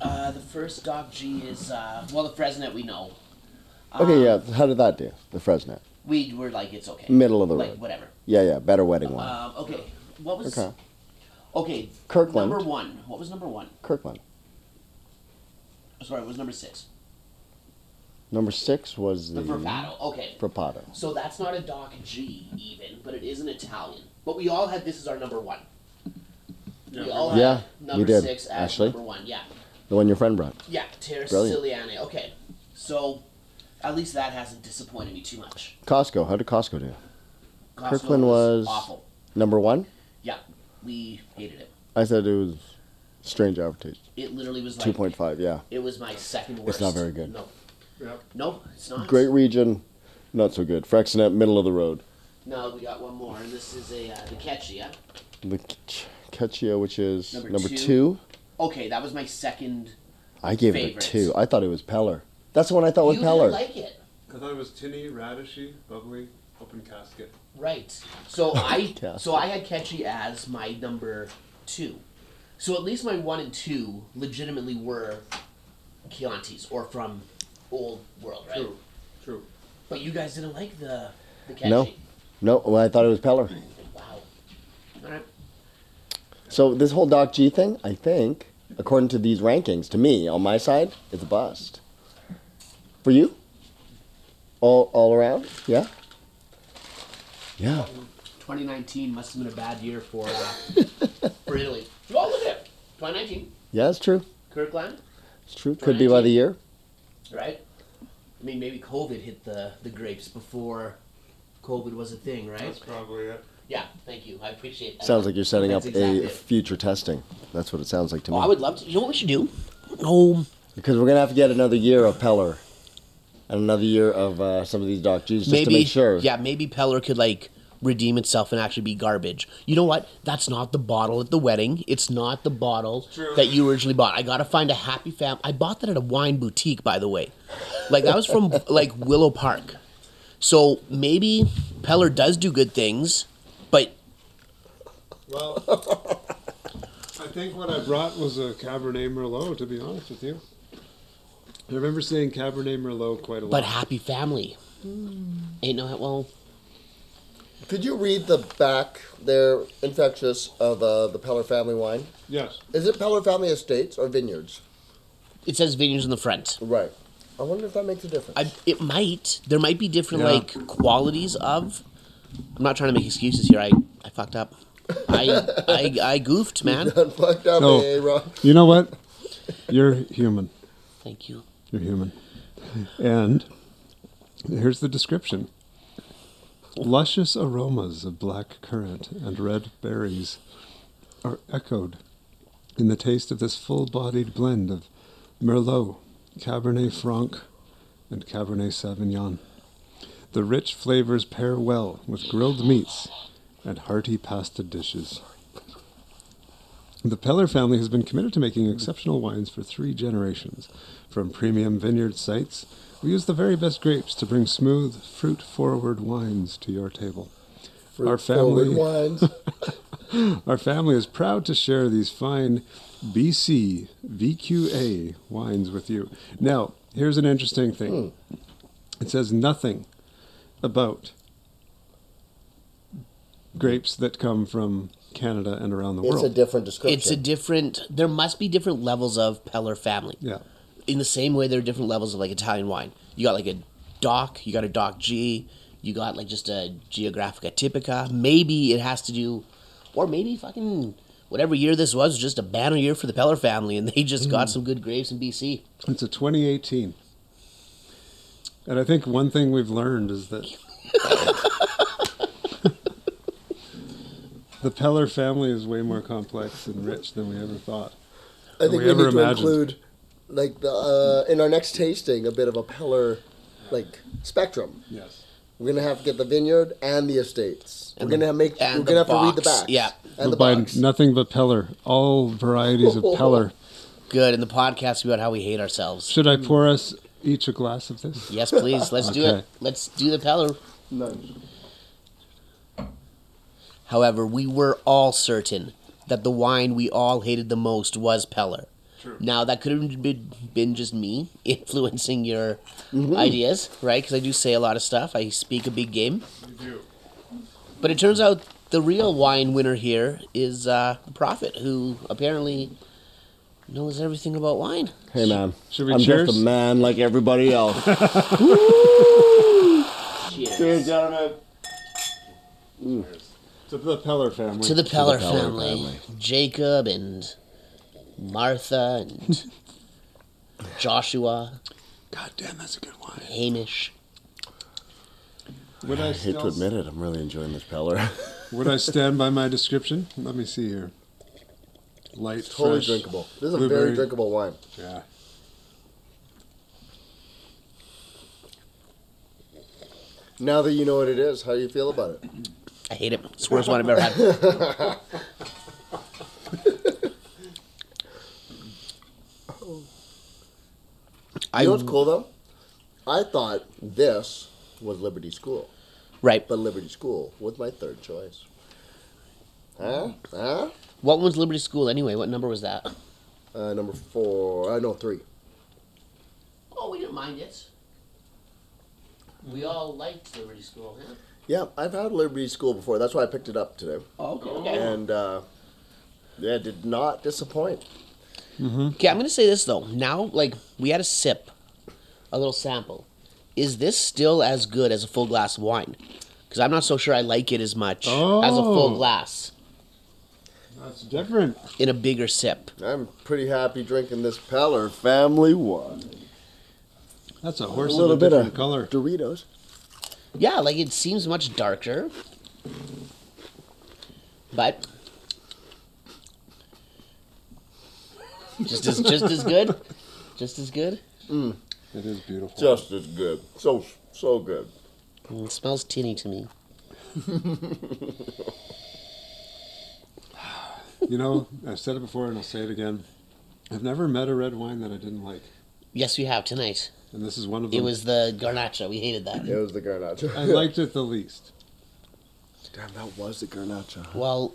B: uh, the first Doc G is uh, well the Fresnet we know.
A: Okay, yeah. How did that do? The Fresnet.
B: We were like it's okay.
A: Middle of the
B: like
A: road.
B: whatever.
A: Yeah, yeah. Better wedding wine.
B: Um, okay. What was
A: Okay.
B: Okay.
A: Kirkland.
B: Number one. What was number one?
A: Kirkland.
B: Sorry, it was number six.
A: Number six was the,
B: The Verpato. Okay.
A: Frappado.
B: So that's not a Doc G even, but it is an Italian. But we all had this is our number one. we all had
A: Yeah, we
B: number
A: did.
B: six as
A: Ashley?
B: number one. Yeah.
A: The one your friend brought.
B: Yeah. Terra
A: Brilliant.
B: Siciliana. Okay. So at least that hasn't disappointed me too much.
A: Costco. How did Costco do?
B: Costco
A: Kirkland was-
B: awful.
A: Number one.
B: Yeah. We hated it.
A: I said it was strange aftertaste.
B: It literally was like
A: Two point five. Yeah.
B: it was my second worst.
A: It's not very good.
B: No.
E: Yep.
B: No, it's not.
A: Great region. Not so good. Frexnet, middle of the road.
B: No, we got one more, and this is a uh, the Ketchia.
A: The Ketchia, which is number,
B: Number
A: two.
B: two. Okay, that was my second.
A: I gave
B: Favorites.
A: it a two. I thought it was Peller. That's the one I thought was
B: you
A: Peller.
B: didn't like it,
C: I thought it was tinny, radishy, bubbly, open casket.
B: right? So I
A: Yeah.
B: so I had Ketchy as my number two. So at least my one and two legitimately were Chiantis or from old world, right?
C: True.
B: But you guys didn't like the the Ketchy.
A: No. no, well, I thought it was Peller.
B: Wow. All right.
A: So this whole Doc G thing, I think, according to these rankings, to me, on my side, it's a bust. For you? All all around? Yeah? Yeah.
B: 2019 must have been a bad year for uh, for Italy. Well, look at it. 2019,
A: Yeah, it's true.
B: Kirkland.
A: It's true. Could be by the year.
B: right? I mean, maybe COVID hit the, the grapes before COVID was a thing, right?
E: That's probably it.
B: Yeah, thank you. I appreciate that.
A: Sounds like you're setting up
B: That's exactly
A: a
B: it.
A: future testing. That's what it sounds like to
B: Oh, I
A: me.
B: would love to. You know what we should do? No.
A: Because we're gonna have to get another year of Peller. And another year of uh, some of these Doc G's just to
B: Maybe.
A: make sure.
B: Yeah, maybe Peller could, like, redeem itself and actually be garbage. You know what? That's not the bottle at the wedding. It's not the bottle that you originally bought. I got to find a happy fam. I bought that at a wine boutique, by the way. Like, that was from, like, Willow Park. So maybe Peller does do good things, but
C: Well, I think what I brought was a Cabernet Merlot. To be honest with you,
G: I remember seeing Cabernet Merlot quite a lot.
B: But happy family. Ain't no well.
D: Could you read the back there, infectious, of uh, the Peller family wine?
G: yes.
D: Is it Peller family estates or vineyards?
B: It says vineyards in the front.
D: Right. I wonder if that makes a difference.
B: I, it might. There might be different
G: Yeah.
B: like qualities of. I'm not trying to make excuses here. I, I fucked up. I, I I goofed, man.
D: I'm fucked up,
G: No.
D: eh, Ron?
G: You know what? You're human.
B: Thank you.
G: You're human. And here's the description Luscious aromas of black currant and red berries are echoed in the taste of this full bodied blend of Merlot, Cabernet Franc, and Cabernet Sauvignon. The rich flavors pair well with grilled meats and hearty pasta dishes. The Peller family has been committed to making exceptional wines for three generations. From premium vineyard sites, we use the very best grapes to bring smooth, fruit forward wines to your table.
D: Forward
G: Our family,
D: wines.
G: our family is proud to share these fine BC VQA wines with you. Now, here's an interesting thing.
D: Hmm.
G: It says nothing about grapes that come from Canada and around the
D: It's
G: world.
D: a different description.
B: It's a different. There must be different levels of Peller family.
G: yeah.
B: In the same way, there are different levels of like Italian wine. You got like a Doc. You got a Doc G. You got like just a Geographica Typica. Maybe it has to do, or maybe fucking whatever year this was was just a banner year for the Peller family, and they just got some good grapes in BC.
G: It's a 2018. And I think one thing we've learned is that the Peller family is way more complex and rich than we ever thought.
D: I think
G: we
D: we,
G: ever
D: need to
G: imagined.
D: include, like, the uh, in our next tasting, a bit of a Peller, like, spectrum.
G: Yes.
D: We're gonna have to get the vineyard and the estates.
B: And
D: we're gonna
B: the-
D: have make.
B: and
D: We're
B: the
D: gonna have to read the
B: box,
D: back.
B: yeah.
D: And the
G: by
D: box.
G: nothing but Peller. All varieties of Peller.
B: Good. In the podcast, about how we hate ourselves.
G: Should I pour us each a glass of this?
B: Yes, please. Let's do
G: Okay.
B: it. Let's do the Peller. However, we were all certain that the wine we all hated the most was Peller. True. Now that could have been, been just me influencing your ideas, right? Because I do say a lot of stuff. I speak a big game. But it turns out the real wine winner here is uh, the Prophet, who apparently knows everything about wine.
A: Hey, man.
G: Should we
A: I'm
G: cheers?
A: just a man like everybody else.
B: Cheers.
A: gentlemen.
G: To the Peller family.
B: to the Peller,
A: Peller
B: family.
A: family.
B: Jacob and Martha and Joshua,
G: God damn, that's a good wine.
B: Hamish.
G: Would I,
A: I hate to admit it. I'm really enjoying this Peller.
G: Would I stand by my description? Let me see here. Light,
D: totally
G: fresh.
D: drinkable. This is a
G: blueberry.
D: very drinkable wine.
G: Yeah.
D: Now that you know what it is, how do you feel about it?
B: I hate it. It's the worst one I've ever had. I
D: You know what's cool though? I thought this was Liberty School,
B: right.
D: but Liberty School was my third choice. Huh? Huh?
B: What one's Liberty School anyway? What number was that?
D: Uh, number four. I uh, know three.
B: Oh, we didn't mind it. We all liked Liberty School. Huh?
D: Yeah, I've had Liberty School before. That's why I picked it up today,
B: Oh, okay. Okay.
D: and uh, yeah, it did not disappoint.
B: Okay, I'm gonna say this though. Now, like we had a sip, a little sample. Is this still as good as a full glass of wine? Because I'm not so sure I like it as much as a
G: Oh.
B: full glass
G: That's different.
B: in a bigger sip.
D: I'm pretty happy drinking this Peller Family One.
G: That's a horse
D: little
G: of a
D: bit
G: different
D: of-
G: color.
D: Doritos.
B: Yeah, like it seems much darker, but just as just as good, just as good.
G: It is beautiful.
D: Just as good. So so good.
B: Mm, It smells tinny to me.
G: you know, I've said it before and I'll say it again. I've never met a red wine that I didn't like,
B: Yes, we have tonight.
G: and this is one of them.
B: It was the garnacha. We hated that.
D: It was the garnacha.
G: I liked it the least.
D: Damn, that was the garnacha.
B: Well,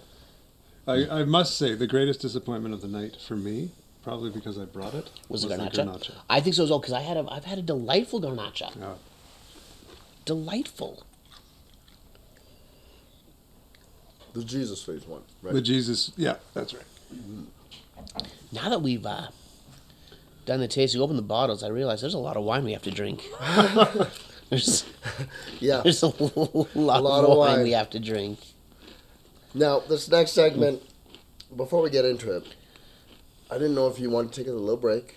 G: I, I must say, the greatest disappointment of the night for me probably because I brought it.
B: Was it
G: the
B: garnacha? I think so as well because I had a I've had a delightful garnacha.
G: Yeah.
B: Delightful.
D: The Jesus face one, right?
G: The Jesus, yeah, that's right.
B: Now that we've uh, done the taste, you open the bottles. I realize there's a lot of wine we have to drink. there's
D: yeah.
B: there's a lot,
D: lot
B: of,
D: of
B: wine
D: wine.
B: we have to drink.
D: Now, this next segment, before we get into it, I didn't know if you want to take a little break,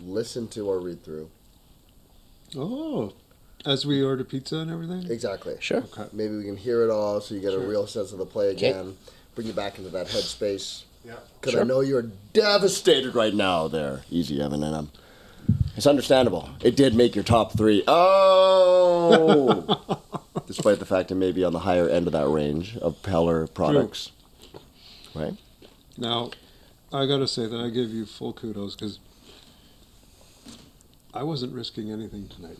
D: listen to our read through.
G: Oh, as we order pizza and everything.
D: Exactly.
B: Sure.
G: Okay.
D: Maybe we can hear it all so you get a real sense of the play
B: Okay.
D: again. Bring you back into that headspace.
G: Yeah.
D: Because I
B: Sure.
D: know you're
A: Devastated right now, there, Easy Evan, and I'm. It's understandable. It did make your top three. Oh, despite the fact it may be on the higher end of that range of Peller products, right?
G: Now, I gotta say that I give you full kudos because I wasn't risking anything tonight.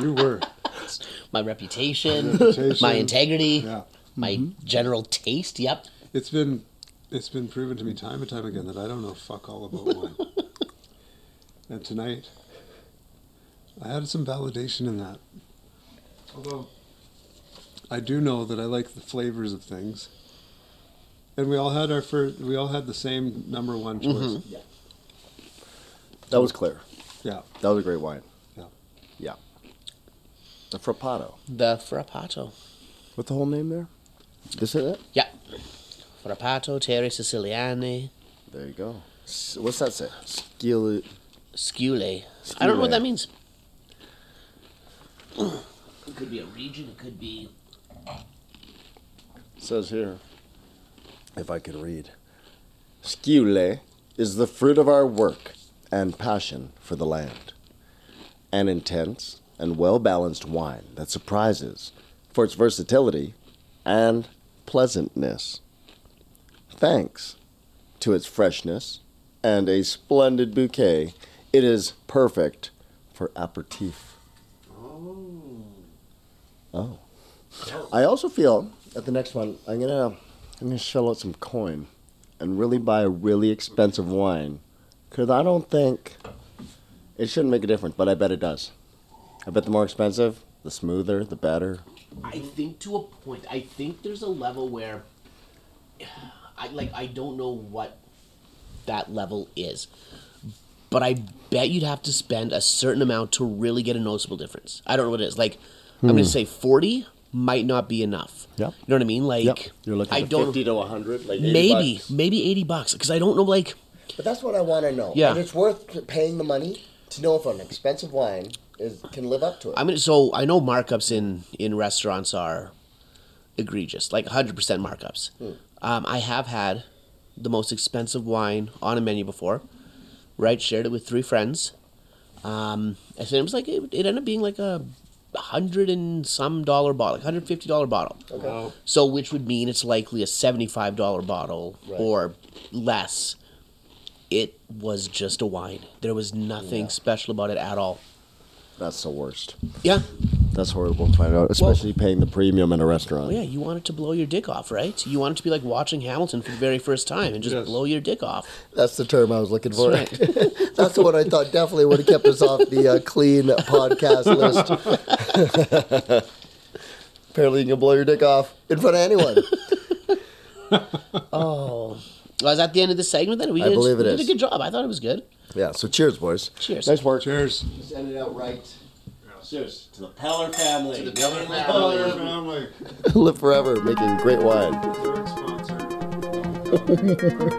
G: you were.
B: My reputation,
G: Reputation.
B: my integrity,
G: Yeah.
B: my general taste. Yep.
G: It's been it's been proven to me time and time again that I don't know fuck all about wine. and tonight I had some validation in that. Although I do know that I like the flavors of things. And we all had our first we all had the same number one choice.
A: That was clear.
G: Yeah.
A: That was a great wine.
G: Yeah.
A: Yeah. The Frappato.
B: The frappato.
A: What's the whole name there? This is it?
B: Yeah. Frappato Terre Siciliane
A: There you go. S- What's that say? Skillet.
B: Sciule. I don't
A: Sciule.
B: know what that means. It could be a region. It could be
A: Says here, if I could read. Skule is the fruit of our work and passion for the land. An intense and well balanced wine that surprises for its versatility and pleasantness. Thanks to its freshness and a splendid bouquet, it is perfect for aperitif. Oh. I also feel at the next one, I'm gonna I'm gonna shell out some coin and really buy a really expensive wine, because I don't think it shouldn't make a difference, but I bet it does. I bet the more expensive, the smoother, the better.
B: I
A: Mm-hmm.
B: think to a point. I think there's a level where I like I don't know what that level is. But I bet you'd have to spend a certain amount to really get a noticeable difference. I don't know what it is. Like I'm going to say 40 might not be enough.
A: Hmm. Yep.
B: You know what I mean? Like
A: Yep, you're looking
B: I
A: at
B: don't
A: fifty to hundred, like 80
B: maybe
A: bucks.
B: maybe 80 bucks cuz I don't know like
D: But that's what I want to know.
B: Yeah.
D: And it's worth paying the money to know if an expensive wine is can live up to it.
B: I mean, so I know markups in in restaurants are egregious, like 100% markups. Um, I have had the most expensive wine on a menu before, right? Shared it with three friends. Um, I think it was like it, it ended up being like a hundred and some dollar bottle, like hundred fifty dollar bottle.
D: okay.
B: So, which would mean it's likely a seventy-five dollar bottle
D: Right.
B: or less. It was just a wine. There was nothing special about it at all.
A: That's the worst.
B: Yeah,
A: That's horrible to find out, especially paying the premium in a restaurant.
B: Oh yeah, you want it to blow your dick off, right? You want it to be like watching Hamilton for the very first time and just
G: Yes.
B: blow your dick off.
D: That's the term I was looking for.
B: That's
D: That's the one I thought definitely would have kept us off the uh, clean podcast list. Apparently, you can blow your dick off in front of anyone.
B: Well, is that the end of the segment then? We
D: I
B: did,
D: believe it
B: we did
D: is.
B: a good job. I thought it was good.
D: Yeah. So, cheers, boys.
B: Cheers.
A: Nice work.
G: Cheers.
D: Just ended out right.
A: Cheers to the Peller family.
G: Hello, family.
D: Live forever, making great wine.
G: Third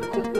G: sponsor.